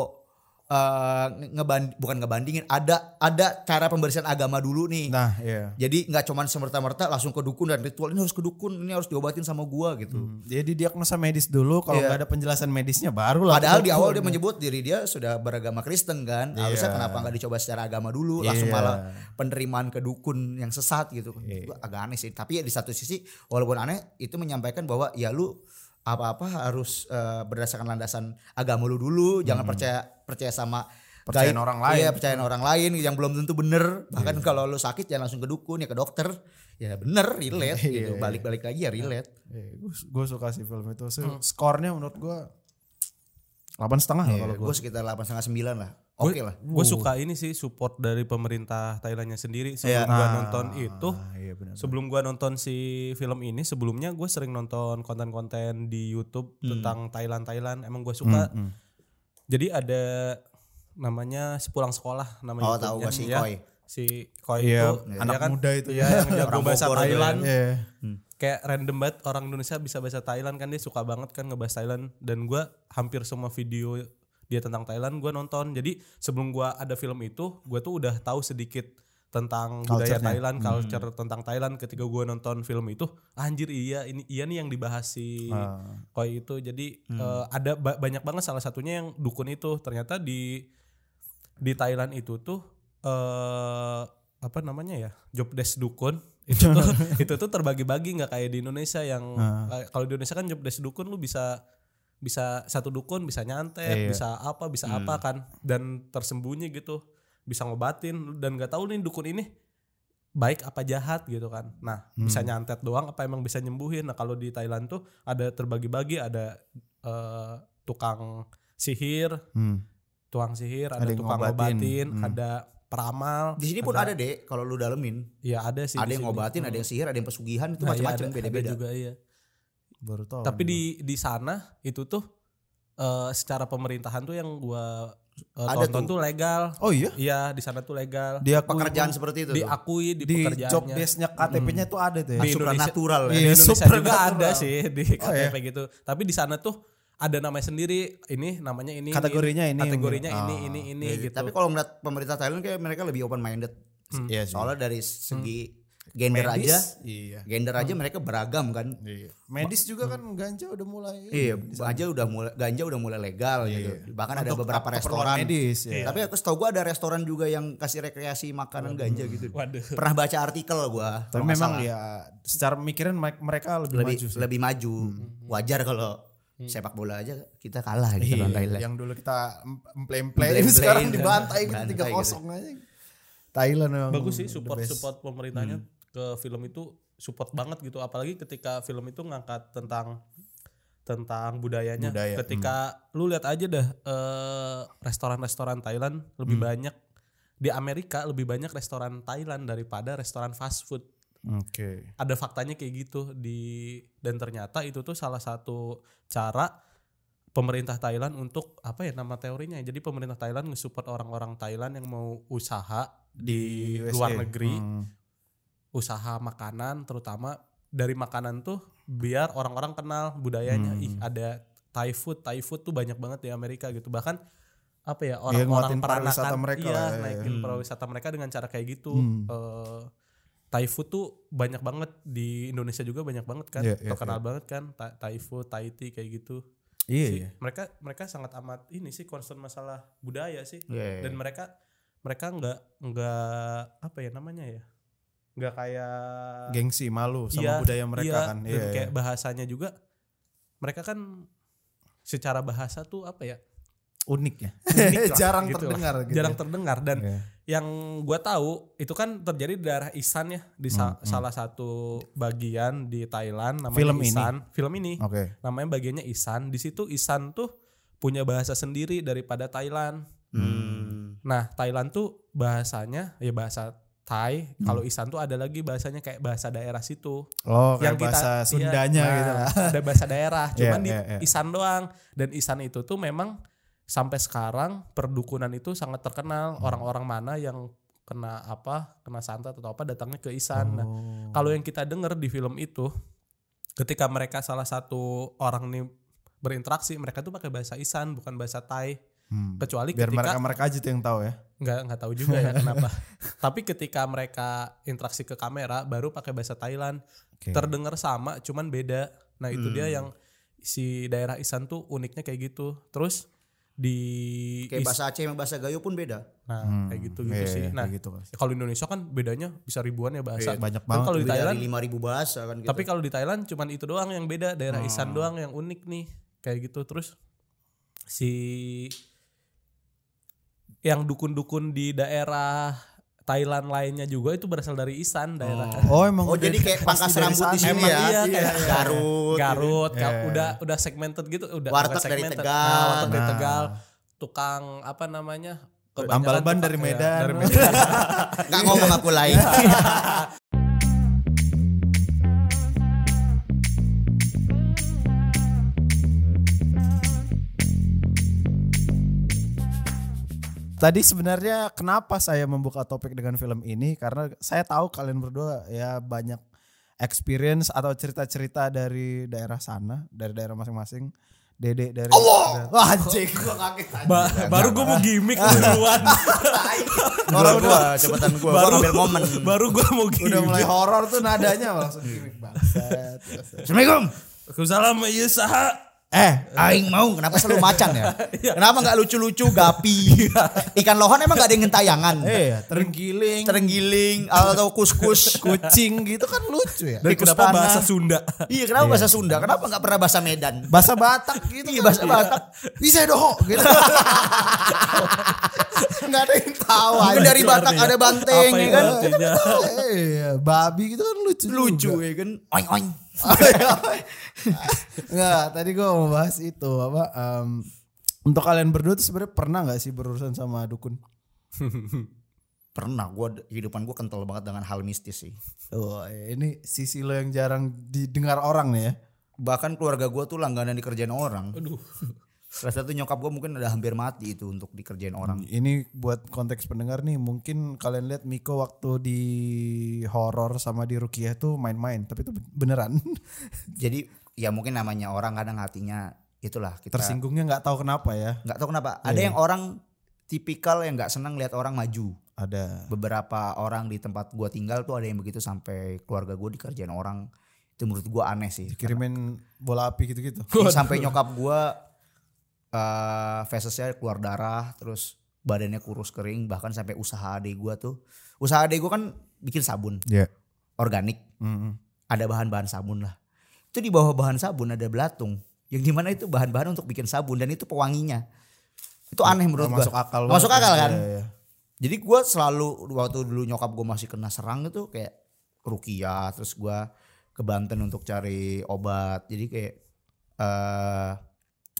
Speaker 2: eh, ngeban bukan ngebandingin ada ada cara pembersihan agama dulu nih
Speaker 1: Nah, iya.
Speaker 2: jadi nggak cuman semerta-merta langsung ke dukun dan ritual ini harus ke dukun, ini harus diobatin sama gua gitu.
Speaker 1: Jadi diagnosa medis dulu kalau
Speaker 2: Iya.
Speaker 1: nggak ada penjelasan medisnya baru lah.
Speaker 2: Padahal di awal dia menyebut diri dia sudah beragama Kristen kan, harusnya kenapa nggak dicoba secara agama dulu, langsung
Speaker 1: Iya.
Speaker 2: malah penerimaan ke dukun yang sesat gitu. Itu agak aneh sih. Tapi ya di satu sisi walaupun aneh itu menyampaikan bahwa ya lu apa-apa harus eh, berdasarkan landasan agama lu dulu, jangan percaya percaya sama
Speaker 1: Percayaan
Speaker 2: gaib.
Speaker 1: orang lain. Iya.
Speaker 2: Iya, percayaan orang lain yang belum tentu bener. Bahkan kalau lu sakit jangan langsung ke dukun ya ke dokter. Ya bener relate
Speaker 1: Iya.
Speaker 2: gitu. Balik-balik lagi ya relate.
Speaker 1: Eh, gue suka sih film itu. So, Skornya menurut gue delapan setengah lah kalau gue.
Speaker 2: gue sekitar 8,5 9 lah.
Speaker 4: Gue
Speaker 2: Oke lah.
Speaker 4: gue suka ini sih support dari pemerintah Thailandnya sendiri sebelum
Speaker 2: Iya.
Speaker 4: gua nonton itu.
Speaker 1: iya benar.
Speaker 4: Sebelum gua nonton si film ini, sebelumnya gue sering nonton konten-konten di YouTube
Speaker 1: Hmm.
Speaker 4: tentang Thailand Thailand. Emang gue suka. Jadi ada namanya sepulang sekolah namanya.
Speaker 2: Oh, tahu gua
Speaker 4: YouTube-nya.
Speaker 2: si
Speaker 1: ya.
Speaker 4: Iya.
Speaker 2: Koi.
Speaker 4: Si Koi
Speaker 1: Iya,
Speaker 4: itu dia
Speaker 1: anak
Speaker 4: kan-
Speaker 1: muda itu
Speaker 4: Iya,
Speaker 1: ya.
Speaker 4: yang jago
Speaker 2: Orang
Speaker 4: bahasa
Speaker 2: Bogor itu ya.
Speaker 4: Thailand.
Speaker 1: Iya.
Speaker 4: Kayak random banget orang Indonesia bisa bahasa Thailand kan dia suka banget kan ngebahas Thailand dan gua hampir semua video dia tentang Thailand gua nonton. Jadi sebelum gua ada film itu, gua tuh udah tahu sedikit tentang budaya
Speaker 1: Culture-nya.
Speaker 4: Thailand, culture tentang Thailand ketika gua nonton film itu, anjir iya ini iya nih yang dibahas si
Speaker 1: Ah.
Speaker 4: Koi itu. Jadi eh, ada ba- banyak banget salah satunya yang dukun itu. Ternyata di di Thailand itu tuh eh apa namanya ya job desk dukun itu tuh itu tuh terbagi-bagi nggak kayak di Indonesia yang eh, kalau di Indonesia kan job desk dukun lu bisa bisa satu dukun bisa nyantet
Speaker 1: Iya.
Speaker 4: bisa apa bisa apa kan dan tersembunyi gitu bisa ngobatin dan nggak tahu nih dukun ini baik apa jahat gitu kan nah bisa nyantet doang apa emang bisa nyembuhin nah kalau di Thailand tuh ada terbagi-bagi ada eh, tukang sihir
Speaker 1: Hmm.
Speaker 4: tukang sihir, ada,
Speaker 1: Ada yang
Speaker 4: tukang
Speaker 1: ngobatin.
Speaker 4: ngobatin,
Speaker 1: Hmm.
Speaker 4: ada peramal.
Speaker 2: Di sini pun ada, deh kalau lu dalemin.
Speaker 4: Ya ada sih.
Speaker 2: ada yang
Speaker 4: di sini.
Speaker 2: ngobatin,
Speaker 4: Hmm.
Speaker 2: ada yang sihir, ada yang pesugihan itu
Speaker 4: Nah, iya,
Speaker 2: macam-macam
Speaker 4: ada-
Speaker 2: beda-beda.
Speaker 4: ada juga iya.
Speaker 1: Baru tahu.
Speaker 4: Tapi di di sana itu tuh eh, secara pemerintahan tuh yang gua eh,
Speaker 2: Ada
Speaker 4: tonton
Speaker 2: tuh.
Speaker 4: tuh, legal.
Speaker 1: Oh iya.
Speaker 4: Iya, di sana tuh legal.
Speaker 1: Dia
Speaker 2: Pekerjaan seperti itu. tuh.
Speaker 4: diakui di,
Speaker 1: di
Speaker 4: pekerjaannya. Hmm.
Speaker 1: job desknya KTP-nya itu ada tuh ya.
Speaker 4: Di-
Speaker 2: supranatural
Speaker 1: Iya.
Speaker 2: ya.
Speaker 4: di Indonesia
Speaker 1: super
Speaker 4: juga
Speaker 1: natural.
Speaker 4: ada sih di
Speaker 1: Oh, iya.
Speaker 4: KTP gitu. Tapi di sana tuh ada namanya sendiri. Ini namanya ini.
Speaker 1: Kategorinya ini.
Speaker 4: Kategorinya
Speaker 1: Ah.
Speaker 4: ini
Speaker 2: Iya,
Speaker 4: ini ini gitu. Hmm.
Speaker 2: Tapi kalau ngeliat pemerintah Thailand kayak mereka lebih open minded.
Speaker 1: Iya sih.
Speaker 2: Soalnya dari segi gender aja
Speaker 1: Iya.
Speaker 2: gender aja
Speaker 4: Hmm.
Speaker 2: mereka beragam kan
Speaker 1: Iya. Medis juga kan ganja udah mulai.
Speaker 2: Iya, ganja udah mulai ganja udah mulai legal
Speaker 4: Iya,
Speaker 2: gitu. Bahkan ada beberapa restoran.
Speaker 1: medis, ya.
Speaker 2: Tapi aku setahu gua ada restoran juga yang kasih rekreasi makanan ganja gitu.
Speaker 4: Waduh.
Speaker 2: Pernah baca artikel gua.
Speaker 1: Tapi memang ya secara pemikiran mereka- mereka lebih,
Speaker 2: lebih
Speaker 1: maju sih. Hmm.
Speaker 2: lebih maju.
Speaker 4: Hmm.
Speaker 2: Wajar kalau sepak bola aja kita kalah
Speaker 4: Iya.
Speaker 2: gitu lawan Thailand.
Speaker 1: Iya, Yang dulu kita emplay-emplay
Speaker 2: Emplay-emplayin,
Speaker 1: sekarang
Speaker 2: kan.
Speaker 1: dibantai gitu
Speaker 2: Bantai
Speaker 1: 3-0 aja. Thailand memang
Speaker 4: bagus sih
Speaker 1: Hmm, the
Speaker 4: support
Speaker 1: best. Hmm.
Speaker 4: support pemerintahnya ke film itu support banget gitu apalagi ketika film itu ngangkat tentang tentang budayanya
Speaker 1: Budaya, hmm.
Speaker 4: ketika lu lihat aja dah eh, restoran-restoran Thailand lebih
Speaker 1: Hmm.
Speaker 4: banyak di Amerika lebih banyak restoran Thailand daripada restoran fast food
Speaker 1: Oke.
Speaker 4: ada faktanya kayak gitu di dan ternyata itu tuh salah satu cara pemerintah Thailand untuk apa ya nama teorinya jadi pemerintah Thailand nge-support orang-orang Thailand yang mau usaha di,
Speaker 1: USA.
Speaker 4: luar negeri
Speaker 1: Hmm.
Speaker 4: usaha makanan terutama dari makanan tuh biar orang-orang kenal budayanya ih
Speaker 1: Hmm.
Speaker 4: ada Thai food Thai food tuh banyak banget di Amerika gitu bahkan apa ya
Speaker 1: Iya,
Speaker 4: orang-orang
Speaker 1: nguatin pariwisata
Speaker 4: peranakan,
Speaker 1: mereka
Speaker 4: iya,
Speaker 1: lah ya.
Speaker 4: naikin
Speaker 2: Hmm.
Speaker 4: pariwisata mereka dengan cara kayak gitu
Speaker 1: Hmm.
Speaker 4: Eh, Thai food tuh banyak banget di Indonesia juga banyak banget kan
Speaker 1: Iya, iya,
Speaker 4: terkenal banget kan Tha- Thai food Thai tea kayak gitu
Speaker 1: Iya,
Speaker 4: sih.
Speaker 1: iya.
Speaker 4: mereka mereka sangat amat ini sih concern masalah budaya sih
Speaker 2: Iya, iya.
Speaker 4: dan mereka mereka nggak nggak apa ya namanya ya nggak kayak
Speaker 1: Gengsi malu sama
Speaker 4: Iya,
Speaker 1: budaya mereka
Speaker 4: iya,
Speaker 1: kan.
Speaker 4: dan
Speaker 1: Iya.
Speaker 4: kayak bahasanya juga mereka kan secara bahasa tuh apa ya
Speaker 1: unik ya.
Speaker 4: unik lah,
Speaker 1: jarang
Speaker 4: gitu lah.
Speaker 1: terdengar gitu.
Speaker 4: jarang
Speaker 1: ya.
Speaker 4: terdengar dan
Speaker 1: Iya.
Speaker 4: yang gue tahu itu kan terjadi di daerah Isan ya di sa- salah satu bagian di Thailand namanya
Speaker 1: Film ini.
Speaker 4: Isan film ini
Speaker 1: Oke.
Speaker 4: namanya bagiannya Isan di situ Isan tuh punya bahasa sendiri daripada Thailand
Speaker 2: Hmm.
Speaker 4: Nah, Thailand tuh bahasanya ya bahasa Thai.
Speaker 1: Hmm.
Speaker 4: Kalau Isan tuh ada lagi bahasanya kayak bahasa daerah situ.
Speaker 1: Oh, kayak bahasa
Speaker 4: iya,
Speaker 1: Sundanya
Speaker 4: nah,
Speaker 1: gitu lah.
Speaker 4: Ada bahasa daerah, cuman
Speaker 1: Iya,
Speaker 4: di
Speaker 1: iya, iya.
Speaker 4: Isan doang. Dan Isan itu tuh memang sampai sekarang perdukunan itu sangat
Speaker 1: Hmm.
Speaker 4: terkenal. Orang-orang mana yang kena apa, kena santet atau apa datangnya ke Isan. Nah,
Speaker 1: Oh.
Speaker 4: kalau yang kita dengar di film itu ketika mereka salah satu orang nih berinteraksi, mereka tuh pakai bahasa Isan bukan bahasa Thai.
Speaker 1: Hmm.
Speaker 4: Kecuali
Speaker 1: biar mereka
Speaker 4: ketika
Speaker 1: mereka aja tuh yang tahu ya.
Speaker 4: nggak nggak tahu juga ya kenapa tapi ketika mereka interaksi ke kamera baru pakai bahasa Thailand
Speaker 1: Oke.
Speaker 4: terdengar sama cuman beda nah itu
Speaker 1: Hmm.
Speaker 4: dia yang si daerah Isan tuh uniknya kayak gitu terus di
Speaker 2: Kayak
Speaker 4: Is-
Speaker 2: bahasa Aceh sama bahasa Gayo pun beda.
Speaker 4: nah kayak gitu gitu
Speaker 1: Iya,
Speaker 4: sih
Speaker 1: iya,
Speaker 4: nah
Speaker 1: kayak gitu.
Speaker 4: ya kalau di Indonesia kan bedanya bisa ribuan ya
Speaker 1: Iya,
Speaker 4: bahasa
Speaker 1: banyak
Speaker 4: Tapi
Speaker 1: banget.
Speaker 4: kalau di
Speaker 2: Lebih dari
Speaker 4: Thailand
Speaker 2: 5000 bahasa kan gitu.
Speaker 4: tapi kalau di Thailand cuman itu doang yang beda, daerah
Speaker 1: Hmm.
Speaker 4: Isan doang yang unik nih. Kayak gitu terus si yang dukun-dukun di daerah Thailand lainnya juga itu berasal dari Isan daerah
Speaker 1: Oh, emang
Speaker 2: Oh
Speaker 1: udah
Speaker 2: jadi kayak
Speaker 1: pasti
Speaker 2: pangkas
Speaker 1: dari
Speaker 2: rambut di
Speaker 1: sana.
Speaker 2: sini
Speaker 4: Emang
Speaker 2: ya.
Speaker 4: iya, kayak
Speaker 2: Garut.
Speaker 4: Garut,
Speaker 1: gitu.
Speaker 4: kalau
Speaker 1: Iya.
Speaker 4: udah udah segmented gitu, udah
Speaker 2: Warteg
Speaker 4: bukan
Speaker 2: dari
Speaker 4: segmented.
Speaker 2: Tegal.
Speaker 4: Nah, warteg dari
Speaker 1: Nah.
Speaker 4: Tegal, tukang apa namanya? kebanyakan
Speaker 1: Ambal ban
Speaker 4: tukang-
Speaker 1: dari
Speaker 4: ya,
Speaker 1: Medan.
Speaker 4: dari Medan.
Speaker 2: Gak ngomong aku
Speaker 4: Iya.
Speaker 2: lain.
Speaker 1: Tadi sebenarnya kenapa saya membuka topik dengan film ini karena saya tahu kalian berdua ya banyak experience atau cerita-cerita dari daerah sana, dari daerah masing-masing. Dede dari
Speaker 2: Oh,
Speaker 4: Iya.
Speaker 1: Wah, anjing.
Speaker 4: Ba- baru gue mau gimmick lu duluan.
Speaker 2: Orang gua cepetan gua. Gua
Speaker 4: baru
Speaker 2: ngambil momen.
Speaker 4: baru gue mau gimmick.
Speaker 1: Udah mulai horor tuh nadanya langsung gimmick bangsat.
Speaker 2: Assalamualaikum.
Speaker 4: Kusalam iya saha.
Speaker 1: Eh,
Speaker 2: Aing mau kenapa selalu macan ya?
Speaker 4: Iya.
Speaker 2: Kenapa nggak lucu-lucu gapi? Ikan lohan emang nggak ada yang gentayangan.
Speaker 1: eh
Speaker 4: Iya.
Speaker 1: ya, terenggiling,
Speaker 2: Terenggiling atau kuskus.
Speaker 1: kucing gitu kan lucu ya.
Speaker 4: Dan
Speaker 2: Tikus
Speaker 4: kenapa
Speaker 2: tanah.
Speaker 4: bahasa Sunda?
Speaker 2: Iya kenapa bahasa Sunda? Kenapa nggak pernah bahasa Medan?
Speaker 1: Bahasa Batak gitu.
Speaker 2: Iya
Speaker 1: kan.
Speaker 2: bahasa Batak.
Speaker 1: Bisa doh gitu. Enggak ada yang tahu.
Speaker 2: Mungkin
Speaker 1: anjing.
Speaker 2: dari Batak ada banteng
Speaker 4: Apa
Speaker 2: ya
Speaker 4: itu
Speaker 2: kan?
Speaker 4: artinya?
Speaker 1: Iya, babi gitu kan lucu.
Speaker 2: Lucu
Speaker 1: juga.
Speaker 2: ya kan? Oing oing.
Speaker 1: Enggak, tadi gua mau bahas itu apa em, untuk kalian berdua tuh sebenarnya pernah nggak sih berurusan sama dukun?
Speaker 2: Pernah gua kehidupan gua kental banget dengan hal mistis sih.
Speaker 1: Oh, ini sisi lo yang jarang didengar orang nih ya.
Speaker 2: Bahkan keluarga gua tuh langganan dikerjain orang.
Speaker 4: Aduh.
Speaker 2: Salah satu nyokap gua mungkin udah hampir mati itu untuk dikerjain
Speaker 1: Hmm.
Speaker 2: orang.
Speaker 1: Ini buat konteks pendengar nih, mungkin kalian lihat Miko waktu di horor sama di Rukiah tuh main-main, tapi itu beneran.
Speaker 2: Jadi ya mungkin namanya orang kadang hatinya itulah kita
Speaker 1: Tersinggungnya nggak tahu kenapa ya.
Speaker 2: Iya, nggak tahu kenapa ada yang orang tipikal yang nggak senang lihat orang maju
Speaker 1: Ada.
Speaker 2: beberapa orang di tempat gua tinggal tuh ada yang begitu sampai keluarga gua dikerjain orang itu menurut gua aneh sih
Speaker 1: Kirimin bola api gitu-gitu.
Speaker 2: Ini sampai nyokap gua eh fesesnya keluar darah terus badannya kurus kering bahkan sampai usaha adik gua tuh usaha adik gua kan bikin sabun
Speaker 1: Iya.
Speaker 2: organik
Speaker 1: Mm-mm.
Speaker 2: ada bahan-bahan sabun lah itu di bawah bahan sabun ada belatung yang dimana itu bahan-bahan untuk bikin sabun dan itu pewanginya itu aneh menurut gua
Speaker 1: Masuk akal.
Speaker 2: Masuk
Speaker 1: banget
Speaker 2: akal
Speaker 1: ya.
Speaker 2: kan?
Speaker 1: Iya, iya.
Speaker 2: Jadi gua selalu waktu dulu nyokap gua masih kena serang itu kayak rukiah terus gua ke Banten untuk cari obat. Jadi kayak eh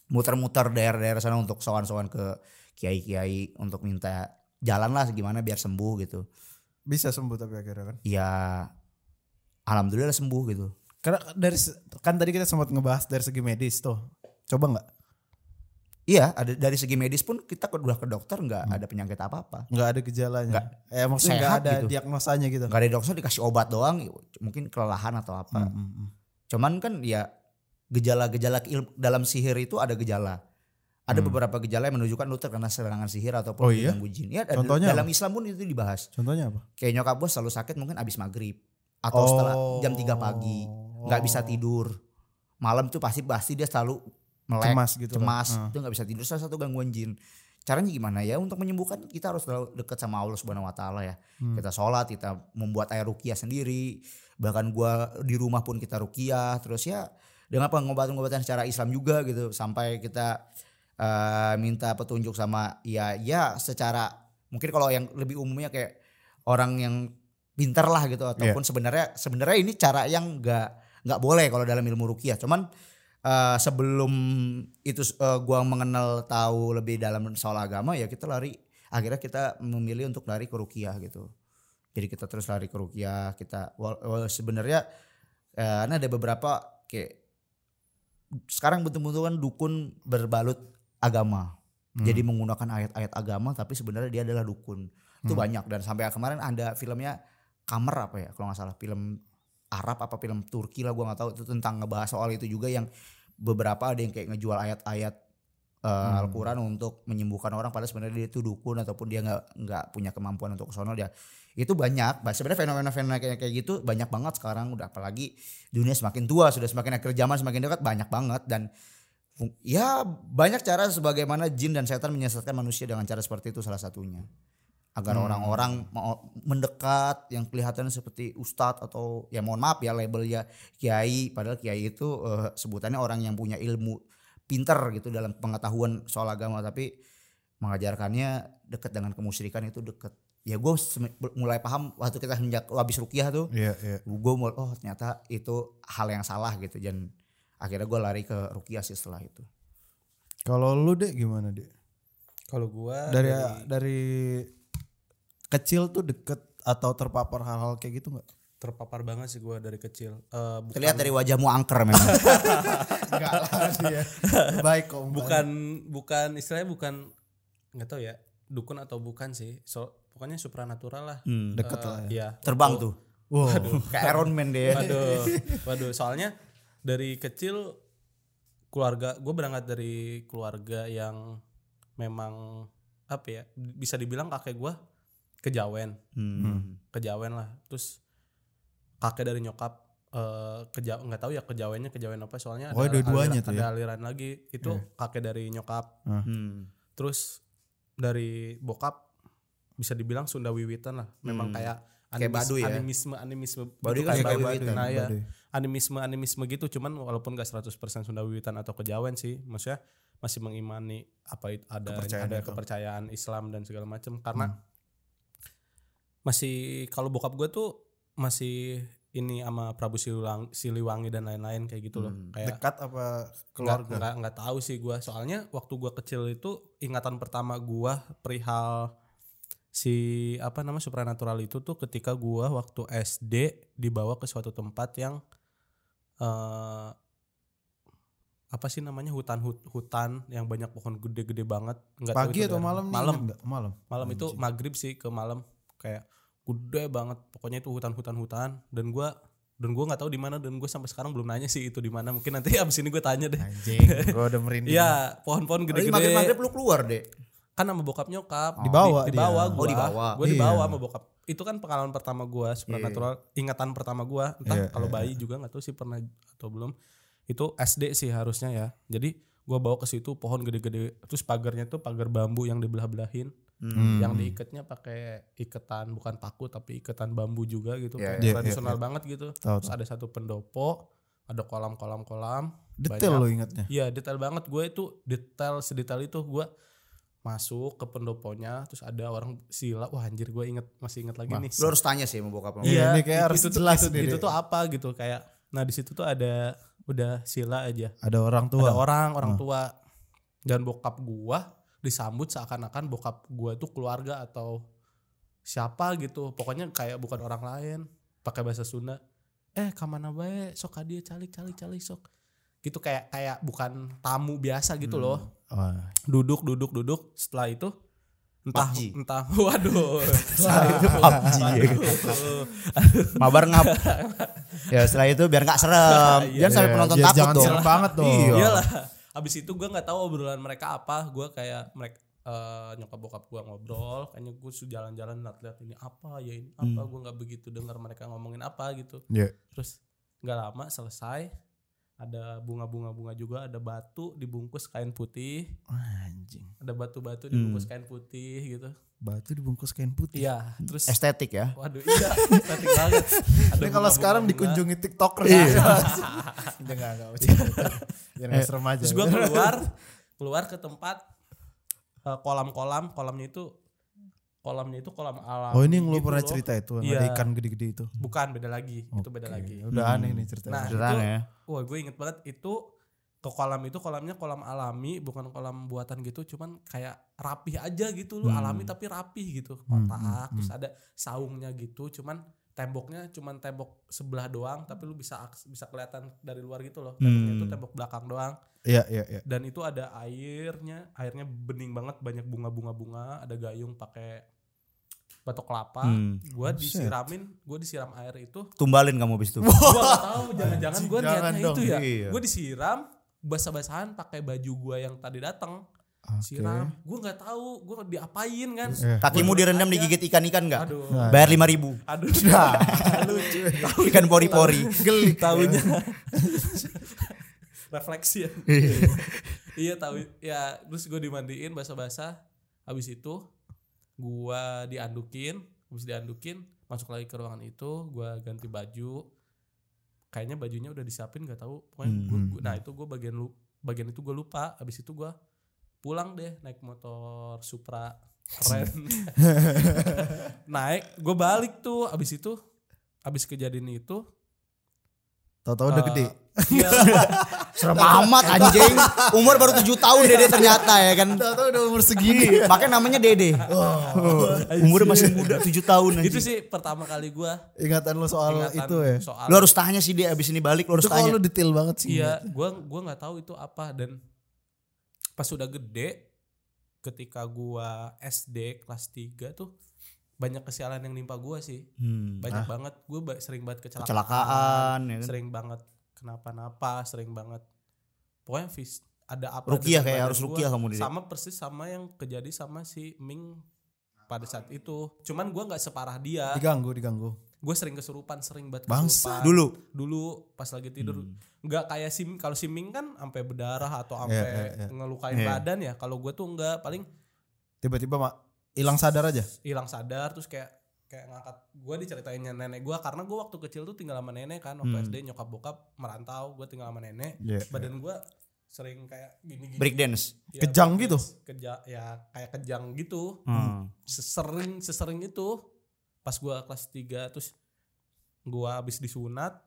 Speaker 2: muter-muter daerah-daerah sana untuk sowan-sowan ke kiai-kiai untuk minta jalan lah gimana biar sembuh gitu.
Speaker 1: Bisa sembuh tapi akhirnya kan.
Speaker 2: Ya alhamdulillah sembuh gitu.
Speaker 1: Karena dari se- kan tadi kita sempat ngebahas dari segi medis tuh. Coba nggak?
Speaker 2: Iya, ada dari segi medis pun kita ke- udah ke dokter nggak ada penyakit apa-apa.
Speaker 1: Nggak ada gejalanya.
Speaker 2: Nggak.
Speaker 1: Eh maksudnya nggak
Speaker 2: Sehat
Speaker 1: ada
Speaker 2: gitu.
Speaker 1: diagnosanya gitu.
Speaker 2: Nggak ada dokter dikasih obat doang, mungkin kelelahan atau apa.
Speaker 1: Mm-mm.
Speaker 2: Cuman kan ya gejala-gejala keil- dalam sihir itu ada gejala. Ada beberapa gejala yang menunjukkan lu terkena serangan sihir ataupun
Speaker 1: Hmm. Oh iya?
Speaker 2: diganggu jin. Ya, ada-
Speaker 1: Contohnya
Speaker 2: dalam Islam pun itu dibahas.
Speaker 1: Contohnya apa?
Speaker 2: Kayak nyokap gue selalu sakit mungkin abis maghrib atau setelah
Speaker 1: Oh.
Speaker 2: jam 3 pagi, nggak bisa tidur. Malam tuh pasti pasti dia selalu melek,
Speaker 1: Cemas gitu. kan.
Speaker 2: cemas,
Speaker 1: Ah.
Speaker 2: itu nggak bisa tidur salah satu gangguan jin. Caranya gimana ya untuk menyembuhkan kita harus selalu dekat sama Allah Subhanahu wa taala ya.
Speaker 1: Hmm.
Speaker 2: Kita sholat, kita membuat air rukiah sendiri, bahkan gua di rumah pun kita rukiah terus ya dengan pengobatan-pengobatan secara Islam juga gitu sampai kita eh, minta petunjuk sama ya ya secara mungkin kalau yang lebih umumnya kayak orang yang pinter lah
Speaker 1: Iya.
Speaker 2: gitu ataupun sebenarnya sebenarnya ini cara yang enggak nggak boleh kalau dalam ilmu rukiah. Cuman eh, sebelum itu eh, gua mengenal tahu lebih dalam soal agama ya kita lari akhirnya kita memilih untuk lari ke rukiah gitu. Jadi kita terus lari ke rukiah, kita wal- wal- sebenarnya eh, karena ada beberapa kayak sekarang betul-betul kan dukun berbalut agama.
Speaker 1: Hmm.
Speaker 2: Jadi menggunakan ayat-ayat agama tapi sebenarnya dia adalah dukun. Itu
Speaker 1: Hmm.
Speaker 2: banyak dan sampai kemarin ada filmnya Kamer apa ya kalau nggak salah film Arab apa film Turki lah gua nggak tahu itu tentang ngebahas soal itu juga yang beberapa ada yang kayak ngejual ayat-ayat eh, Al-Qur'an untuk menyembuhkan orang padahal sebenarnya dia itu dukun ataupun dia nggak nggak punya kemampuan untuk ke sono dia. Itu banyak. Bah- Sebenarnya fenomena-fenomena kayak kayak gitu banyak banget sekarang udah apalagi dunia semakin tua, sudah semakin akhir zaman semakin dekat banyak banget dan fung- ya banyak cara sebagaimana jin dan setan menyesatkan manusia dengan cara seperti itu salah satunya. Agar
Speaker 1: Hmm.
Speaker 2: orang-orang mau mendekat yang kelihatannya seperti ustadz atau ya mohon maaf ya labelnya kiai padahal kiai itu eh, sebutannya orang yang punya ilmu pinter gitu dalam pengetahuan soal agama tapi mengajarkannya dekat dengan kemusyrikan itu dekat. Ya gue mulai paham waktu kita menjak habis rukiah tuh
Speaker 1: Iya, iya.
Speaker 2: gue mau oh ternyata itu hal yang salah gitu dan akhirnya gue lari ke rukiah sih setelah itu
Speaker 1: Kalau lu deh gimana deh?
Speaker 4: Kalau gua
Speaker 1: Dari dari kecil tuh deket atau terpapar hal-hal kayak gitu nggak?
Speaker 4: terpapar banget sih gua dari kecil. Eh, bukan
Speaker 2: terlihat dari wajahmu angker memang
Speaker 1: Enggak lah dia. Iya. Baik kok.
Speaker 4: bukan bukan istilahnya bukan nggak tahu ya dukun atau bukan sih. So, pokoknya supranatural lah.
Speaker 2: Hmm,
Speaker 1: deket lah ya.
Speaker 4: Iya.
Speaker 2: terbang tuh
Speaker 1: Wow.
Speaker 2: kayak Iron Man deh
Speaker 4: Waduh, waduh. Soalnya dari kecil keluarga gue berangkat dari keluarga yang memang apa ya bisa dibilang kakek gue kejawen,
Speaker 2: Hmm.
Speaker 4: kejawen lah. Terus kakek dari nyokap eh keja nggak tahu ya kejawennya kejawen apa soalnya
Speaker 1: Oh, dua-duanya
Speaker 4: aliran,
Speaker 1: tuh
Speaker 4: ada
Speaker 1: ya?
Speaker 4: aliran lagi itu kakek dari nyokap
Speaker 2: Hmm.
Speaker 4: terus dari bokap bisa dibilang Sunda Wiwitan lah memang
Speaker 2: Hmm.
Speaker 4: kayak
Speaker 2: Kayak
Speaker 4: animis-
Speaker 2: Baduy ya?
Speaker 4: animisme animisme
Speaker 2: Baduy
Speaker 4: gitu
Speaker 2: kan
Speaker 4: kayak
Speaker 2: Sunda
Speaker 4: Baduy.
Speaker 2: Wiwitan.
Speaker 4: Nah, ya
Speaker 1: Baduy.
Speaker 4: animisme animisme gitu cuman walaupun gak 100% Sunda Wiwitan atau kejawen sih maksudnya masih mengimani apa itu ada
Speaker 1: Kepercayaan
Speaker 4: ada
Speaker 1: itu. Hmm.
Speaker 4: kepercayaan Islam dan segala macam karena masih kalau bokap gue tuh masih ini sama Prabu Siliwang- Siliwangi dan lain-lain kayak gitu loh
Speaker 2: Hmm.
Speaker 4: kayak
Speaker 1: Dekat apa
Speaker 4: keluarga
Speaker 1: keluarga?
Speaker 4: nggak nggak tahu sih gua soalnya waktu gua kecil itu ingatan pertama gua perihal si apa nama supranatural itu tuh ketika gua waktu SD dibawa ke suatu tempat yang eh apa sih namanya hutan hut- hutan yang banyak pohon gede-gede banget nggak tahu
Speaker 1: Pagi
Speaker 4: itu
Speaker 1: atau malam?
Speaker 4: daerah-
Speaker 1: nih,
Speaker 4: malam
Speaker 1: ingat nggak? Malam.
Speaker 4: malam itu
Speaker 1: Anjing.
Speaker 4: maghrib sih ke malam kayak gede banget pokoknya itu hutan-hutan hutan dan gua dan gua nggak tahu di mana dan gue sampai sekarang belum nanya sih itu di mana mungkin nanti abis ini gue tanya deh
Speaker 1: Anjing, gua udah merinding.
Speaker 4: Iya, pohon-pohon
Speaker 2: Lagi
Speaker 4: gede-gede.
Speaker 2: maghrib maghrib lu keluar deh
Speaker 4: kan sama bokap
Speaker 1: Oh,
Speaker 4: nyokap
Speaker 1: Dibawa
Speaker 4: di, dibawa
Speaker 1: dia.
Speaker 4: gua
Speaker 2: Oh, dibawa.
Speaker 4: gua
Speaker 1: Iya.
Speaker 4: dibawa sama bokap itu kan pengalaman pertama gua supernatural ingatan pertama gua entah
Speaker 1: Iya,
Speaker 4: kalau
Speaker 1: iya,
Speaker 4: bayi juga nggak tahu sih pernah atau belum itu SD sih harusnya ya jadi gua bawa ke situ pohon gede-gede terus pagarnya tuh pagar bambu yang dibelah-belahin
Speaker 1: Hmm.
Speaker 4: yang diikatnya pakai iketan bukan paku tapi iketan bambu juga gitu
Speaker 2: Iya,
Speaker 4: kayak
Speaker 1: iya, iya,
Speaker 4: tradisional banget gitu
Speaker 1: Tahu,
Speaker 4: terus
Speaker 1: tahu.
Speaker 4: ada satu pendopo ada kolam-kolam kolam
Speaker 1: Detail
Speaker 4: banyak.
Speaker 1: lo ingatnya.
Speaker 4: Iya detail banget gue itu detail sedetail itu gue masuk ke pendoponya terus ada orang sila wah anjir gue inget masih inget lagi nih
Speaker 2: Lu harus tanya sih sama bokap lu.
Speaker 1: Iya,
Speaker 4: iya
Speaker 1: ini kayak harus
Speaker 4: itu, tuh-
Speaker 1: jelas
Speaker 4: itu,
Speaker 1: nih,
Speaker 4: itu
Speaker 1: Dek.
Speaker 4: tuh apa gitu kayak nah di situ tuh ada udah sila aja
Speaker 1: Ada orang tua.
Speaker 4: ada orang orang tua dan bokap gua disambut seakan-akan bokap gua itu keluarga atau siapa gitu pokoknya kayak bukan orang lain pakai bahasa Sunda eh kamana bae sok ka dia calik calik calik sok gitu kayak kayak bukan tamu biasa gitu loh
Speaker 1: Wah.
Speaker 4: duduk duduk duduk setelah itu entah
Speaker 2: PUBG.
Speaker 4: entah waduh
Speaker 2: Setelah itu PUBG ya.
Speaker 4: Waduh.
Speaker 2: Mabar ngap. ya setelah itu biar nggak serem. Jangan sampai
Speaker 1: Iya,
Speaker 2: penonton
Speaker 1: jangan-
Speaker 2: takut
Speaker 1: jangan
Speaker 2: dong.
Speaker 1: serem banget dong.
Speaker 4: Iya. Oh, Iyalah. Abis itu gue nggak tahu obrolan mereka apa. Gue kayak mereka eh, nyokap bokap gue ngobrol. Kayaknya gue jalan-jalan lihat-lihat ini apa ya ini apa. Gue nggak begitu dengar mereka ngomongin apa gitu.
Speaker 1: Iya.
Speaker 4: Terus nggak lama selesai. Ada bunga-bunga bunga juga. Ada batu dibungkus kain putih.
Speaker 1: Anjing.
Speaker 4: Ada batu-batu dibungkus kain putih gitu.
Speaker 1: Batu dibungkus kain putih.
Speaker 4: Iya. Terus
Speaker 2: Estetik ya.
Speaker 4: waduh iya. estetik banget. Ada
Speaker 1: Ini kalau
Speaker 4: bunga-bunga
Speaker 1: sekarang
Speaker 4: bunga.
Speaker 1: dikunjungi TikToker iya. Udah enggak enggak usah. Biar nggak serem aja.
Speaker 4: Terus gue keluar, keluar ke tempat eh, kolam-kolam, kolamnya itu kolamnya itu kolam alam.
Speaker 1: Oh, ini yang lu
Speaker 4: gitu
Speaker 1: pernah
Speaker 4: loh.
Speaker 1: cerita itu yang
Speaker 4: Iya.
Speaker 1: ada ikan gede-gede itu.
Speaker 4: Bukan beda lagi, itu beda
Speaker 1: Oke,
Speaker 4: lagi.
Speaker 1: Udah aneh nih ceritanya.
Speaker 4: Nah,
Speaker 2: Beneran
Speaker 4: itu,
Speaker 2: ya.
Speaker 4: wah gue inget banget itu ke kolam itu kolamnya kolam alami, bukan kolam buatan gitu, cuman kayak rapih aja gitu
Speaker 1: Hmm.
Speaker 4: loh, alami tapi rapih gitu, kotak, terus ada saungnya gitu, cuman temboknya cuman tembok sebelah doang, tapi lu bisa aks- bisa kelihatan dari luar gitu loh, temboknya
Speaker 1: Hmm.
Speaker 4: itu tembok belakang doang
Speaker 1: Iya, iya, iya.
Speaker 4: dan itu ada airnya airnya bening banget banyak bunga-bunga bunga ada gayung pakai batok kelapa
Speaker 2: Hmm.
Speaker 4: gua disiramin gua disiram air itu
Speaker 2: Tumbalin kamu abis itu.
Speaker 4: gua gak tahu jangan-jangan gua
Speaker 1: Jangan
Speaker 4: niatnya
Speaker 1: dong,
Speaker 4: itu ya
Speaker 2: iya.
Speaker 4: gua disiram basah-basahan pakai baju gua yang tadi datang
Speaker 1: Oke. Eh,
Speaker 4: siram gua nggak tahu gua diapain kan
Speaker 1: Iya.
Speaker 2: Kakimu direndam digigit ikan-ikan nggak?
Speaker 4: aduh
Speaker 2: Bayar lima ribu.
Speaker 4: aduh lucu
Speaker 2: Nah. Ikan pori-pori.
Speaker 4: gelik tahunya refleksi ya iya tahu ya terus gue dimandiin basah-basah habis itu gua diandukin habis diandukin masuk lagi ke ruangan itu gua ganti baju kayaknya bajunya udah disiapin nggak tahu pokoknya gua-
Speaker 1: Hmm.
Speaker 4: gua- nah itu gue bagian lu bagian itu gue lupa habis itu gua pulang deh naik motor Supra keren naik gue balik tuh habis itu habis kejadian itu
Speaker 1: Tahu-tahu Oh, udah gede.
Speaker 4: Iya.
Speaker 2: Serem amat anjing. Umur baru 7 tahun Dede ternyata ya kan.
Speaker 1: Tahu-tahu udah umur segini.
Speaker 2: Iya. Makanya namanya Dede. Umur Oh. masih muda 7 tahun anjing.
Speaker 4: itu sih pertama kali gue
Speaker 1: Ingatan lu soal
Speaker 4: ingatan
Speaker 1: itu ya.
Speaker 4: soal
Speaker 2: Oh, Lu harus tanya sih dia abis ini balik lu harus
Speaker 1: Itu kalau
Speaker 2: tanya.
Speaker 1: lu detail banget sih.
Speaker 4: iya gue gua nggak tahu itu apa dan pas sudah gede ketika gue SD kelas 3 tuh banyak kesialan yang nimpa gue sih
Speaker 2: Hmm.
Speaker 4: banyak banget gue sering banget kecelakaan,
Speaker 2: Kecelakaan ya kan.
Speaker 4: sering banget kenapa-napa sering banget pokoknya fis ada apa
Speaker 2: Rukiah
Speaker 4: dengan
Speaker 2: kayak
Speaker 4: badan
Speaker 2: harus
Speaker 4: gua.
Speaker 2: rukiah kamu Dede.
Speaker 4: sama persis sama yang kejadi sama si Ming pada saat itu cuman gue nggak separah dia
Speaker 1: Diganggu, diganggu.
Speaker 4: gue sering kesurupan sering banget
Speaker 1: Bangsa.
Speaker 4: kesurupan
Speaker 2: Dulu. Hmm.
Speaker 4: dulu pas lagi tidur nggak kayak si kalau si Ming kan sampai berdarah atau sampai
Speaker 1: Iya, iya, iya.
Speaker 4: ngelukain badan ya kalau gue tuh nggak paling
Speaker 1: Tiba-tiba mak hilang sadar aja.
Speaker 4: hilang sadar terus kayak kayak ngangkat gue diceritainnya nenek gue karena gue waktu kecil tuh tinggal sama nenek kan waktu SD nyokap bokap merantau gue tinggal sama nenek
Speaker 1: Hmm. Iya,
Speaker 4: badan gue sering kayak gini gini
Speaker 2: Break dance.
Speaker 4: Ya,
Speaker 1: Kejang
Speaker 4: break
Speaker 1: gitu?
Speaker 4: dance, keja- ya kayak kejang gitu
Speaker 2: Hmm.
Speaker 4: sesering sesering itu pas gua kelas 3 terus gua habis disunat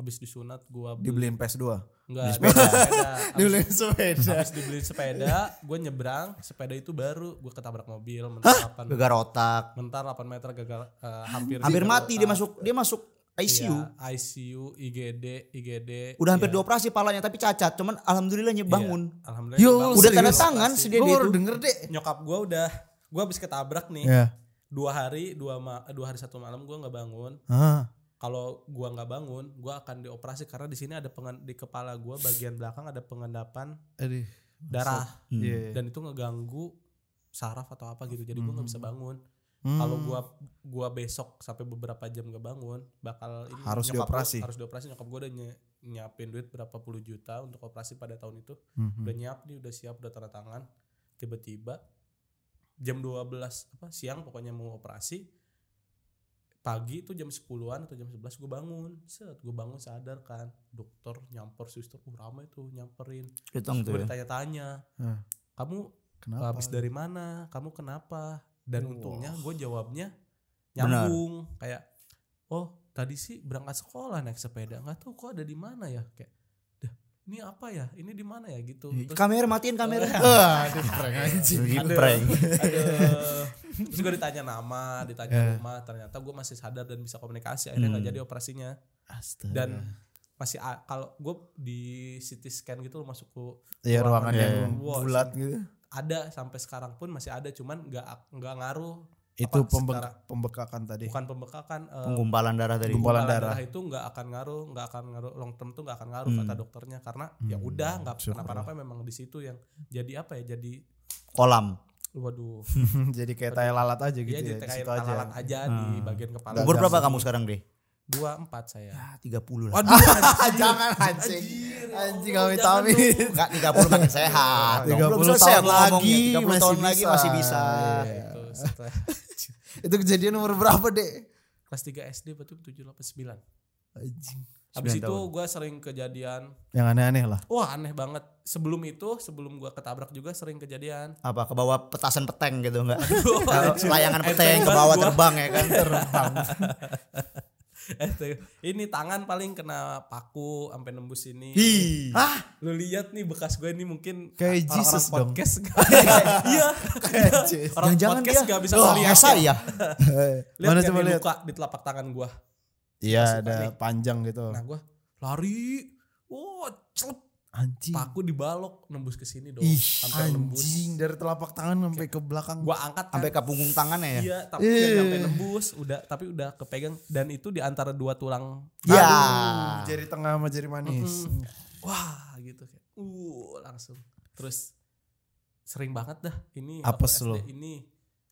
Speaker 4: habis disunat gua beli
Speaker 1: Dibeliin PS2.
Speaker 4: enggak
Speaker 2: beli sepeda.
Speaker 4: dibeliin
Speaker 1: sepeda.
Speaker 2: Iya.
Speaker 4: habis dibeliin sepeda gua nyebrang sepeda itu baru gua ketabrak mobil mentar 8
Speaker 2: Gegar otak.
Speaker 4: mentar 8 meter gagal eh, hampir
Speaker 2: Hampir
Speaker 4: gagal
Speaker 2: mati dia
Speaker 4: otak.
Speaker 2: masuk dia masuk ICU.
Speaker 4: Iya, ICU IGD IGD
Speaker 2: Udah hampir dioperasi palanya tapi cacat. Cuman alhamdulillahnya bangun.
Speaker 4: Iya. alhamdulillah
Speaker 1: Yo,
Speaker 4: kebangun.
Speaker 2: Iya. Udah tanda
Speaker 1: Serius?
Speaker 2: tangan si Dede
Speaker 1: Gue baru
Speaker 2: itu.
Speaker 1: denger deh.
Speaker 4: nyokap gua udah gua habis ketabrak nih
Speaker 2: Iya.
Speaker 1: Ya.
Speaker 4: dua hari dua ma- dua hari satu malam gua nggak bangun
Speaker 1: Ah.
Speaker 4: kalau gua nggak bangun, gua akan dioperasi karena di sini ada pengen di kepala gua bagian belakang ada pengendapan
Speaker 1: Aduh.
Speaker 2: Hmm.
Speaker 4: darah
Speaker 1: Iya.
Speaker 2: ya.
Speaker 4: dan itu ngeganggu saraf atau apa gitu. Jadi gue
Speaker 2: Hmm.
Speaker 4: nggak bisa bangun. Kalau
Speaker 1: Hmm.
Speaker 4: gua gua besok sampai beberapa jam gak bangun, bakal ini
Speaker 1: Harus
Speaker 4: nyokap gua-
Speaker 1: dioperasi.
Speaker 4: harus dioperasi. Nyokap gue udah nye- nyiapin duit berapa puluh juta untuk operasi pada tahun itu.
Speaker 1: Mhm.
Speaker 4: Udah nyiap nih, udah siap, udah tanda tangan. Tiba-tiba jam 12 apa siang pokoknya mau operasi. Pagi itu jam 10-an atau jam 11 gue bangun. Set, gue bangun sadar kan. Dokter nyamper suster, uh ramai tuh nyamperin.
Speaker 2: Hitung
Speaker 4: Gue
Speaker 2: tuh ya.
Speaker 4: ditanya-tanya.
Speaker 1: Hah.
Speaker 4: Kamu
Speaker 1: Kenapa?
Speaker 4: habis dari mana kamu kenapa dan
Speaker 1: Wah.
Speaker 4: untungnya gue jawabnya
Speaker 2: Benar.
Speaker 4: nyambung kayak oh tadi sih berangkat sekolah naik sepeda nggak tahu kok ada di mana ya kayak dah ini apa ya ini di mana ya gitu terus
Speaker 1: Iya.
Speaker 2: Kamera matiin kamera.
Speaker 1: Aduh, prank anjing.
Speaker 2: Jadi
Speaker 4: Aduh.
Speaker 2: Gitu, prank.
Speaker 4: aduh. terus gue ditanya nama ditanya
Speaker 1: Iya.
Speaker 4: rumah ternyata gue masih sadar dan bisa komunikasi akhirnya
Speaker 1: Hmm.
Speaker 4: nggak jadi operasinya
Speaker 1: Astaga.
Speaker 4: dan masih a- kalau gue di CT scan gitu lo masuk ke
Speaker 1: ya ruangan
Speaker 4: ruangan
Speaker 1: yang
Speaker 4: yang luas.
Speaker 1: bulat gitu.
Speaker 4: ada sampai sekarang pun masih ada cuman nggak ak- nggak ngaruh
Speaker 1: Itu
Speaker 4: Apa,
Speaker 1: pembe-
Speaker 4: secara-
Speaker 1: pembekakan tadi.
Speaker 4: bukan pembekakan eh,
Speaker 2: Penggumpalan darah tadi.
Speaker 1: Gumpalan
Speaker 4: gumpalan
Speaker 1: darah. Hmm.
Speaker 4: darah. itu nggak akan ngaruh nggak akan ngaruh long term tuh nggak akan ngaruh kata dokternya karena ya udah nggak
Speaker 1: syukurlah.
Speaker 4: kenapa-napa memang di situ yang jadi apa ya jadi
Speaker 2: Kolam.
Speaker 4: waduh
Speaker 1: jadi kayak tai lalat aja gitu
Speaker 4: dia
Speaker 1: ya.
Speaker 4: Iya, jadi
Speaker 1: di
Speaker 4: kayak
Speaker 1: situ aja. Hmm.
Speaker 4: lalat aja di bagian kepala
Speaker 2: Umur berapa kamu sekarang deh?
Speaker 4: dua empat saya
Speaker 1: Ah,
Speaker 2: Tiga puluh lah.
Speaker 4: waduh anjir.
Speaker 1: Jangan anjing. Anjing
Speaker 4: oh,
Speaker 1: amit amit.
Speaker 2: Enggak 30 makin sehat.
Speaker 1: 30
Speaker 2: Belum selesai
Speaker 1: tahun
Speaker 2: aku
Speaker 1: lagi
Speaker 2: ngomongnya. 30 tahun
Speaker 1: masih
Speaker 2: lagi
Speaker 1: bisa.
Speaker 2: masih bisa.
Speaker 4: Iya,
Speaker 1: Ah.
Speaker 4: Itu setelah
Speaker 1: Itu kejadian umur berapa, Dek?
Speaker 4: kelas 3 SD berarti tujuh delapan sembilan
Speaker 1: Anjing.
Speaker 4: habis
Speaker 2: Sembilan
Speaker 4: itu gue sering kejadian
Speaker 1: Yang aneh-aneh lah.
Speaker 4: wah aneh banget sebelum itu sebelum gue ketabrak juga sering kejadian
Speaker 2: Apa ke bawah petasan peteng gitu enggak?
Speaker 4: Aduh,
Speaker 2: Kalau
Speaker 4: anjir.
Speaker 2: Layangan
Speaker 4: Enteng
Speaker 2: peteng ke
Speaker 4: banget
Speaker 2: bawah
Speaker 4: gua.
Speaker 2: terbang ya kan. Terbang.
Speaker 4: Itu. ini tangan paling kena paku sampai nembus ini.
Speaker 1: Hah?
Speaker 4: Lu lihat nih bekas gue ini mungkin
Speaker 1: Kayak
Speaker 4: orang-orang
Speaker 1: Jesus dong.
Speaker 4: podcast nggak- Iya.
Speaker 1: Jesus.
Speaker 4: Orang
Speaker 2: Jangan-jangan
Speaker 4: podcast
Speaker 2: dia-
Speaker 4: nggak bisa
Speaker 2: Oh,
Speaker 4: melihat.
Speaker 2: Esa ya.
Speaker 4: Lihat
Speaker 1: Mana
Speaker 4: nggak
Speaker 1: coba
Speaker 4: nih
Speaker 1: lihat?
Speaker 4: luka di telapak tangan gue.
Speaker 1: Iya,
Speaker 4: Masih
Speaker 1: ada
Speaker 4: panik.
Speaker 1: panjang gitu.
Speaker 4: Nah gue lari. Wow, celup.
Speaker 1: Anjing.
Speaker 4: paku dibalok nembus ke sini dong.
Speaker 1: Ih,
Speaker 4: Sampai nembus.
Speaker 1: anjing dari telapak tangan sampai ke belakang.
Speaker 4: Gue angkat kan.
Speaker 2: Sampai ke punggung tangannya ya.
Speaker 4: Iya, tapi
Speaker 1: Ih.
Speaker 4: nggak sampai nembus, udah tapi udah kepegang dan itu di antara dua tulang.
Speaker 2: Iya.
Speaker 1: Aduh, Jari tengah sama jari manis.
Speaker 4: Mm-mm. Wah, gitu kayak. Uh, langsung. Terus sering banget dah ini waktu
Speaker 1: Apes lu.
Speaker 4: SD Ini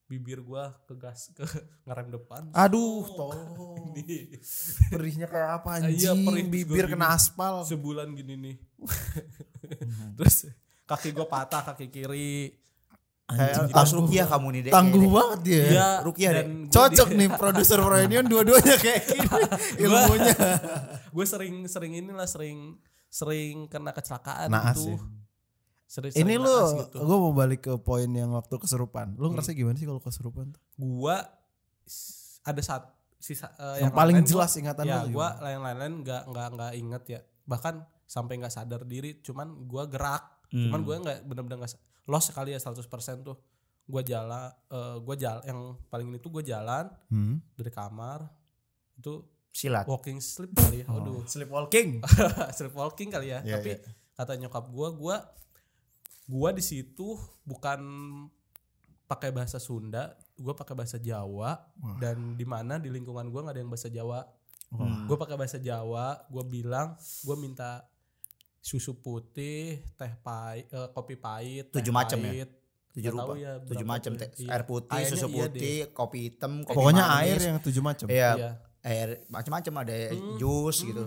Speaker 4: bibir gua ke gas ke ngerem depan.
Speaker 1: Aduh,
Speaker 4: Oh,
Speaker 1: tolong.
Speaker 4: ini.
Speaker 1: Perihnya kayak apa
Speaker 4: Ah,
Speaker 1: anjing?
Speaker 4: iya, perih.
Speaker 1: Bibir
Speaker 4: Gua
Speaker 1: kena
Speaker 4: gini.
Speaker 1: aspal.
Speaker 4: Sebulan gini nih. Terus kaki gua patah kaki kiri.
Speaker 1: Kayak
Speaker 2: Harus rukiah kamu nih deh.
Speaker 1: tangguh banget dia.
Speaker 4: Iya,
Speaker 2: Rukiah deh.
Speaker 4: dan gua
Speaker 1: ya Cocok
Speaker 4: di-
Speaker 1: nih produser Proyonion dua-duanya kayak gini ilmunya.
Speaker 4: Gue sering sering inilah sering sering kena kecelakaan
Speaker 1: Naas
Speaker 4: gitu.
Speaker 1: ya.
Speaker 4: Sering,
Speaker 1: Ini
Speaker 4: sering
Speaker 1: lu
Speaker 4: naas gitu. Hmm.
Speaker 1: gue mau balik ke poin yang waktu keserupan. Lu ngerasa gimana sih kalau keserupan? tuh?
Speaker 4: gua s- ada saat sisa eh,
Speaker 1: Yang, paling
Speaker 4: lain gua-
Speaker 1: jelas ingatan
Speaker 4: ya
Speaker 1: lu.
Speaker 4: gue lain-lain nggak nggak nggak inget ya bahkan sampai nggak sadar diri cuman gua gerak
Speaker 2: Hmm,
Speaker 4: cuman gue nggak bener-bener nggak sa- lost sekali ya 100% tuh gua jalan eh gue jalan yang paling ini tuh gue jalan
Speaker 1: Hmm.
Speaker 4: dari kamar itu
Speaker 2: silat.
Speaker 4: walking sleep kali ya
Speaker 2: Oh.
Speaker 4: aduh
Speaker 1: Sleepwalking.
Speaker 4: sleepwalking kali ya
Speaker 1: Iya,
Speaker 4: tapi
Speaker 1: iya.
Speaker 4: kata nyokap gua gua gua di situ bukan pakai bahasa Sunda gua pakai bahasa Jawa dan di mana di lingkungan gua nggak ada yang bahasa Jawa
Speaker 1: Wah.
Speaker 2: Hmm,
Speaker 4: gue pakai bahasa Jawa gue bilang gue minta susu putih teh pahit eh, kopi pahit teh
Speaker 2: Tujuh macam ya?
Speaker 4: pahit.
Speaker 2: tujuh
Speaker 4: Nggak tahu
Speaker 2: rupa
Speaker 4: ya
Speaker 2: tujuh
Speaker 4: berapa
Speaker 2: macam
Speaker 4: tuh.
Speaker 2: teh
Speaker 4: Iya.
Speaker 2: air putih
Speaker 4: Kayaknya
Speaker 2: susu
Speaker 4: iya
Speaker 2: putih kopi hitam kopi
Speaker 1: Pokoknya
Speaker 2: manis.
Speaker 1: air ya. yang tujuh macam.
Speaker 2: iya
Speaker 4: Iya.
Speaker 2: air macam-macam ada
Speaker 4: Hmm.
Speaker 2: jus gitu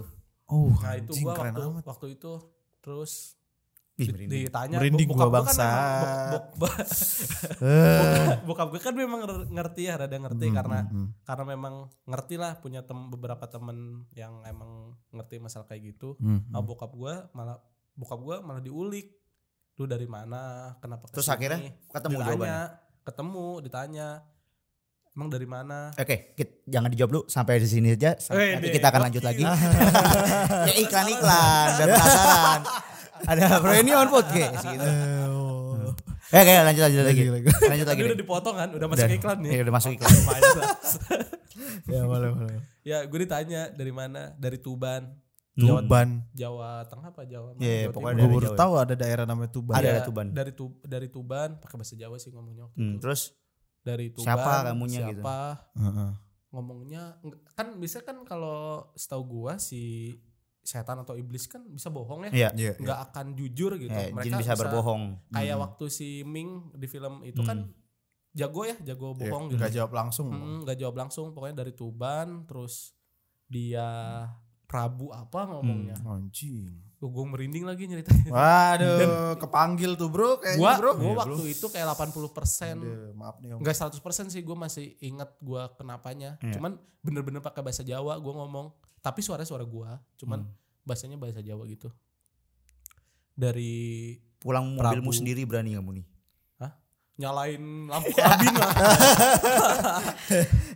Speaker 1: Oh,
Speaker 4: nah itu
Speaker 1: anjing,
Speaker 4: gue
Speaker 1: keren
Speaker 4: waktu
Speaker 1: amat.
Speaker 4: waktu itu terus
Speaker 2: Ih,
Speaker 4: di-
Speaker 2: merinding.
Speaker 4: ditanya
Speaker 1: Merinding
Speaker 4: bo- bokap
Speaker 1: gua,
Speaker 4: gua kan memang- bok- bok-
Speaker 1: Eh,
Speaker 4: bok- bokap gue kan memang nger- ngerti ya rada ngerti
Speaker 1: Hmm.
Speaker 4: karena karena memang ngerti lah punya tem- beberapa temen yang emang ngerti masalah kayak gitu
Speaker 1: hmm,
Speaker 4: Nah,
Speaker 1: hmm.
Speaker 4: bokap gue malah bokap gue malah diulik lu dari mana kenapa
Speaker 2: Terus
Speaker 4: kesini?
Speaker 2: akhirnya ketemu
Speaker 4: ditanya,
Speaker 2: jawabannya
Speaker 4: ketemu ditanya emang dari mana
Speaker 2: oke kit- jangan dijawab dulu sampai di sini aja sam-
Speaker 4: Eh,
Speaker 2: nanti
Speaker 4: deh,
Speaker 2: kita akan lanjut lagi ya iklan iklan biar penasaran ada reunion podcast gitu
Speaker 1: Eh, oh.
Speaker 2: eh kayak lanjut lanjut lagi
Speaker 1: Lagi, lagi.
Speaker 2: lanjut lagi
Speaker 4: Ini
Speaker 2: deh.
Speaker 4: udah dipotong kan udah masuk
Speaker 2: Udah.
Speaker 4: iklan nih
Speaker 2: Iya, udah masuk iklan
Speaker 4: Lumayan lah.
Speaker 1: Ya boleh boleh.
Speaker 4: ya gue ditanya dari mana dari Tuban Jawa
Speaker 1: Tuban.
Speaker 4: Jawa Tengah apa Jawa mana?
Speaker 2: Iya,
Speaker 4: Jawa
Speaker 2: pokoknya
Speaker 1: Gue
Speaker 4: Timur.
Speaker 2: dari
Speaker 1: baru
Speaker 2: Jawa.
Speaker 1: tahu ada daerah namanya Tuban.
Speaker 2: Ada.
Speaker 4: Ya,
Speaker 2: Tuban.
Speaker 4: dari tu dari Tuban pakai bahasa Jawa sih ngomongnya waktu
Speaker 2: Hmm,
Speaker 4: itu
Speaker 2: terus
Speaker 4: dari Tuban
Speaker 2: Siapa kamunya gitu?
Speaker 4: siapa
Speaker 1: Heeh.
Speaker 4: ngomongnya nggak- kan biasanya kan kalau setahu gua si setan atau iblis kan bisa bohong ya
Speaker 2: ya
Speaker 1: Iya.
Speaker 4: nggak akan jujur gitu.
Speaker 2: eh,
Speaker 4: Mereka
Speaker 2: jin bisa berbohong Hmm.
Speaker 4: Kayak waktu si Ming di film itu kan jago ya
Speaker 2: Iya,
Speaker 4: jago bohong gitu
Speaker 1: Gak jawab langsung.
Speaker 4: Mm, nggak jawab langsung pokoknya dari Tuban terus dia Rabu apa ngomongnya
Speaker 1: Anjing.
Speaker 4: Tuh, gua merinding lagi nyeritanya
Speaker 1: Waduh, kepanggil tuh bro kayaknya
Speaker 4: gua
Speaker 1: gitu, Iya, bro.
Speaker 4: gua waktu itu kayak 80 persen
Speaker 1: Aduh, maaf nih om.
Speaker 4: nggak 100 persen sih gua masih ingat gua kenapanya cuman bener-bener pakai bahasa Jawa gua ngomong tapi suara suara gua cuman
Speaker 2: Hmm.
Speaker 4: bahasanya bahasa Jawa gitu dari
Speaker 2: Pulang mobilmu
Speaker 4: Prabu.
Speaker 2: sendiri berani kamu nih.
Speaker 4: nyalain lampu
Speaker 1: Iya.
Speaker 4: kabin lah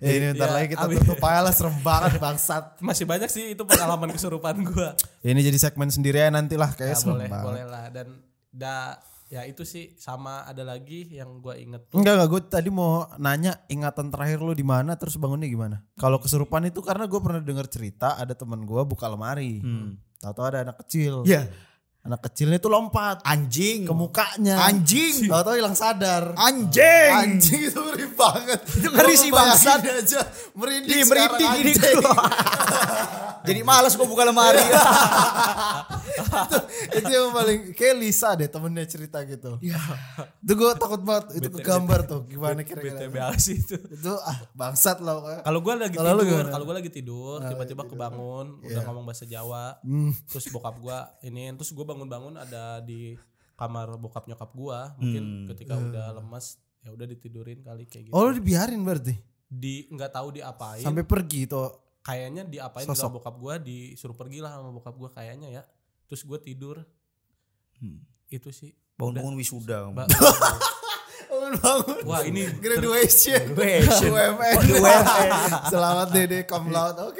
Speaker 1: Ya, ini bentar
Speaker 4: Ya,
Speaker 1: lagi kita
Speaker 4: abis-
Speaker 1: tutup aja lah serem banget bangsat.
Speaker 4: masih banyak sih itu pengalaman kesurupan gua
Speaker 1: Ini jadi segmen sendiri aja nanti lah
Speaker 4: Ya,
Speaker 1: kayak serem
Speaker 4: boleh,
Speaker 1: banget.
Speaker 4: boleh lah. Dan da, ya itu sih sama ada lagi yang gua inget.
Speaker 1: Enggak enggak gue tadi mau nanya ingatan terakhir lu di mana terus bangunnya gimana? Kalau kesurupan itu karena gue pernah dengar cerita ada teman gue buka lemari.
Speaker 4: Hmm.
Speaker 1: Tahu-tahu ada anak kecil.
Speaker 2: Ya,
Speaker 1: Anak kecilnya itu lompat
Speaker 2: anjing.
Speaker 1: ke mukanya.
Speaker 2: Anjing.
Speaker 1: Tahu-tahu hilang sadar.
Speaker 2: Anjing.
Speaker 1: Anjing itu ngeri banget. Itu
Speaker 2: ngeri sih, bangsat.
Speaker 1: aja. Merinding
Speaker 2: Ih,
Speaker 1: sekarang,
Speaker 2: merinding ini
Speaker 1: anjing.
Speaker 2: gua. Jadi malas gua buka lemari.
Speaker 1: itu yang paling kayak Lisa deh temennya cerita gitu. Iya. Itu gue takut banget itu kegambar tuh gimana kira-kira.
Speaker 4: BTBA sih itu.
Speaker 1: Itu ah bangsat lah pokoknya.
Speaker 4: Kalau gua lagi
Speaker 1: Kalau lu gimana?
Speaker 4: tidur,
Speaker 1: Ah, gitu. Iya.
Speaker 4: kalau gua lagi tidur, tiba-tiba kebangun, udah ngomong bahasa Jawa.
Speaker 1: Hmm.
Speaker 4: Terus bokap gua ini, terus gua bangun-bangun ada di kamar bokap nyokap gua, mungkin ketika udah lemes ya udah ditidurin kali kayak gitu.
Speaker 1: Ah. Oh lu dibiarin berarti
Speaker 4: Di nggak tahu diapain.
Speaker 1: sampai pergi tuh.
Speaker 4: kayaknya diapain
Speaker 1: Sosok.
Speaker 4: sama bokap gua, disuruh pergi lah sama bokap gua kayaknya ya. Terus gua tidur. Itu sih.
Speaker 2: Bangun-bangun wisuda.
Speaker 4: Ba-
Speaker 1: Bangun-bangun.
Speaker 4: Wah, ini Oh,
Speaker 1: graduation.
Speaker 2: Graduation.
Speaker 1: UMN. Selamat Dede come loud. Oke.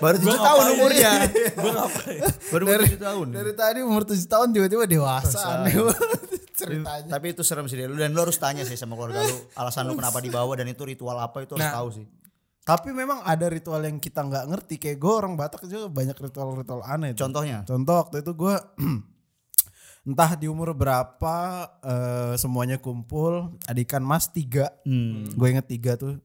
Speaker 2: Baru
Speaker 4: Gua
Speaker 2: tujuh tahun
Speaker 4: ngapain?
Speaker 2: umurnya.
Speaker 4: gue ngapain
Speaker 2: Baru
Speaker 1: Dari-
Speaker 2: tujuh tahun.
Speaker 1: Dari tadi umur 7 tahun tiba-tiba dewasa. Aneh banget ceritanya.
Speaker 2: Tapi itu serem sih dari lu dan lu harus tanya sih sama keluarga lu alasan lu kenapa dibawa dan itu ritual apa itu harus
Speaker 4: Nah.
Speaker 2: tahu sih.
Speaker 1: Tapi memang ada ritual yang kita nggak ngerti kayak gue orang Batak juga banyak ritual-ritual aneh. tuh.
Speaker 2: Contohnya
Speaker 1: Contoh waktu itu gue entah di umur berapa eh, semuanya kumpul ada ikan mas tiga, gue inget tiga tuh.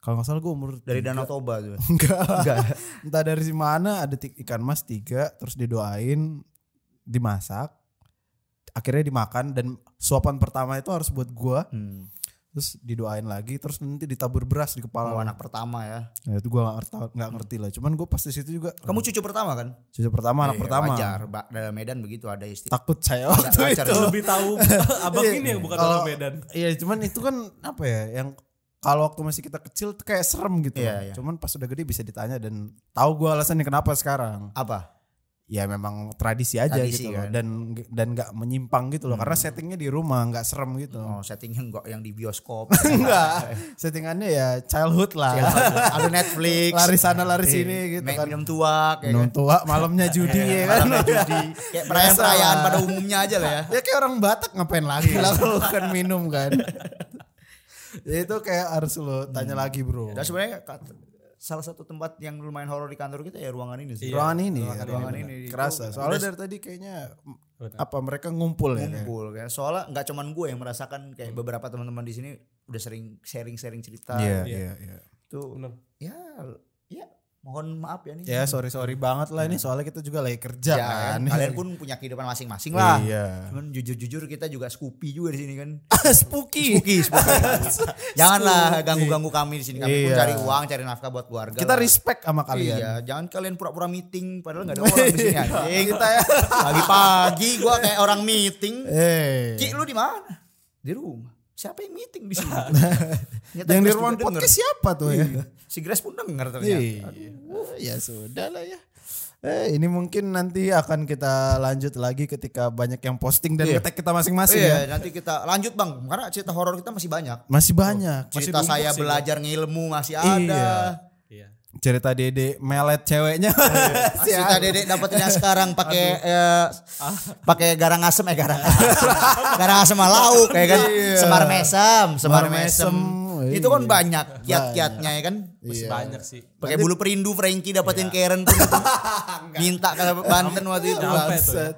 Speaker 1: Kalau nggak salah gue umur
Speaker 2: dari Danau Toba tuh.
Speaker 1: enggak, entah dari si mana ada ti- ikan mas tiga terus didoain dimasak akhirnya dimakan dan suapan pertama itu harus buat gue
Speaker 2: Hmm.
Speaker 1: terus didoain lagi terus nanti ditabur beras di kepala
Speaker 2: Oh, anak pertama ya.
Speaker 1: Nah, itu gue nggak ngerti, nggak ngerti lah cuman gue pas di situ juga
Speaker 2: Kamu cucu pertama kan?
Speaker 1: cucu pertama anak
Speaker 2: Ya,
Speaker 1: pertama
Speaker 2: Wajar, Ba- dalam Medan begitu ada istilah.
Speaker 1: takut saya waktu
Speaker 2: wajar.
Speaker 1: itu
Speaker 4: lebih tahu abang ini yang bukan
Speaker 1: Iya. Kalau-
Speaker 4: orang Medan
Speaker 1: Iya, cuman itu kan apa ya yang kalau waktu masih kita kecil tuh kayak serem gitu.
Speaker 2: Iya,
Speaker 1: loh.
Speaker 2: iya.
Speaker 1: Cuman pas udah gede bisa ditanya dan tahu gua alasannya kenapa sekarang.
Speaker 2: Apa?
Speaker 1: Ya memang tradisi aja
Speaker 2: Tradisi,
Speaker 1: gitu loh
Speaker 2: kan. Hmm.
Speaker 1: dan dan nggak menyimpang gitu loh karena settingnya di rumah nggak serem gitu.
Speaker 2: Oh, iya, settingnya enggak yang di bioskop.
Speaker 1: Enggak. Settingannya ya childhood lah.
Speaker 2: ada Netflix.
Speaker 1: lari sana lari
Speaker 2: Iya.
Speaker 1: sini gitu
Speaker 2: Main
Speaker 1: kan.
Speaker 2: minum tuak ya
Speaker 1: Minum tua malamnya judi ya
Speaker 2: iya,
Speaker 1: kan.
Speaker 2: Kayak
Speaker 1: Biasa lah.
Speaker 2: perayaan-perayaan pada umumnya aja lah ya.
Speaker 1: ya kayak orang Batak ngapain lagi
Speaker 2: Iya.
Speaker 1: lah kalau bukan minum kan. Ya itu kayak harus lo tanya
Speaker 2: Hmm.
Speaker 1: lagi bro.
Speaker 2: Dan sebenarnya kat- salah satu tempat yang lumayan horor di kantor kita ya ruangan ini sih.
Speaker 1: ruangan ini ya,
Speaker 2: ruangan
Speaker 1: ruangan ini,
Speaker 2: ini. Itu
Speaker 1: kerasa soalnya dari tadi kayaknya m, apa mereka ngumpul ya kayak. Hmm.
Speaker 2: Kumpul kayak soalnya nggak cuman gue yang merasakan kayak beberapa teman-teman di sini udah sering sharing-sharing cerita
Speaker 1: iya iya iya
Speaker 2: itu
Speaker 4: Bener.
Speaker 2: ya ya mohon maaf ya nih
Speaker 1: ya sorry sorry banget lah ini soalnya kita juga lagi kerja
Speaker 2: Ya,
Speaker 1: kan
Speaker 2: Iya. kalian pun punya kehidupan masing-masing lah
Speaker 1: iya
Speaker 2: cuman jujur-jujur kita juga Scoopy juga di sini kan
Speaker 1: spooky
Speaker 2: spooky spooky janganlah ganggu-ganggu kami di sini kami
Speaker 1: Ah,
Speaker 2: pun
Speaker 1: Iya.
Speaker 2: cari uang cari nafkah buat keluarga
Speaker 1: kita
Speaker 2: lah.
Speaker 1: respect sama
Speaker 2: Iya,
Speaker 1: kalian Iya.
Speaker 2: jangan kalian pura-pura meeting padahal nggak ada orang di sini anjing. Kita ya pagi-pagi gua kayak orang meeting.
Speaker 1: eh
Speaker 2: Ki lu di mana? Di rumah. Siapa yang meeting di sini? Ternyata
Speaker 1: yang di
Speaker 2: Grace
Speaker 1: ruang
Speaker 2: pun denger. Iya.
Speaker 1: podcast siapa tuh ya
Speaker 2: Si Grace pun denger ternyata.
Speaker 1: Iya. ya sudah lah ya Eh, ini mungkin nanti akan kita lanjut lagi ketika banyak yang posting dan ngetek kita masing-masing ya.
Speaker 2: Iya, nanti kita lanjut Bang. Karena cerita horor kita masih banyak.
Speaker 1: Masih banyak.
Speaker 2: Cerita
Speaker 4: numpuk
Speaker 2: saya
Speaker 4: sih,
Speaker 2: belajar ngilmu masih ada.
Speaker 4: iya
Speaker 1: Cerita Dede melet ceweknya.
Speaker 2: Cerita Dedek dapetin yang sekarang pakai eh, pakai garang asem eh garang asem. garang asem sama lauk kayak kan semar mesem, semar
Speaker 1: Semar
Speaker 2: mesem.
Speaker 1: mesem, iya.
Speaker 2: Itu kan banyak kiat-kiatnya ya kan.
Speaker 4: masih banyak sih
Speaker 2: Pakai bulu perindu Frankie dapetin Karen pun itu. minta ke Banten waktu itu.
Speaker 4: Nyampe tuh ya.
Speaker 1: Set.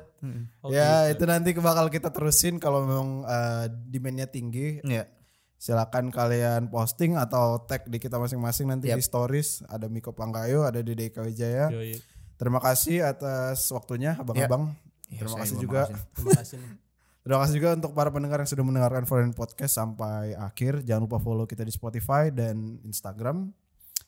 Speaker 1: ya itu nanti bakal kita terusin kalau memang eh, demandnya tinggi
Speaker 2: Iya.
Speaker 1: silakan kalian posting atau tag di kita masing-masing nanti di stories ada Miko Pangkayo ada Dede Ika Wijaya
Speaker 4: Yoi.
Speaker 1: terima kasih atas waktunya abang-abang
Speaker 2: Iya,
Speaker 1: terima
Speaker 2: saya
Speaker 1: kasih
Speaker 2: juga
Speaker 1: juga
Speaker 2: makasih.
Speaker 4: terima kasih nih.
Speaker 1: Terima kasih juga untuk para pendengar yang sudah mendengarkan Foreign Podcast sampai akhir. Jangan lupa follow kita di Spotify dan Instagram.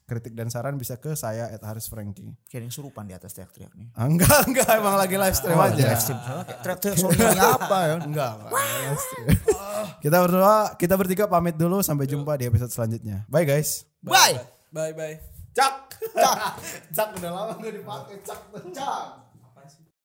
Speaker 1: Kritik dan saran bisa ke saya at Haris Franky.
Speaker 2: Kayak yang surupan di atas teriak-teriak nih.
Speaker 1: Ah, Enggak, enggak emang lagi live stream aja.
Speaker 2: Oh, Live stream. Kayak Teriak-teriak suaranya apa ya?
Speaker 1: Enggak, enggak. live stream. kita berdua, kita bertiga pamit dulu sampai jumpa di episode selanjutnya. Bye guys.
Speaker 2: Bye.
Speaker 4: Bye bye.
Speaker 1: Cak. Cak. Cak udah lama gak dipakai. Cak, cak.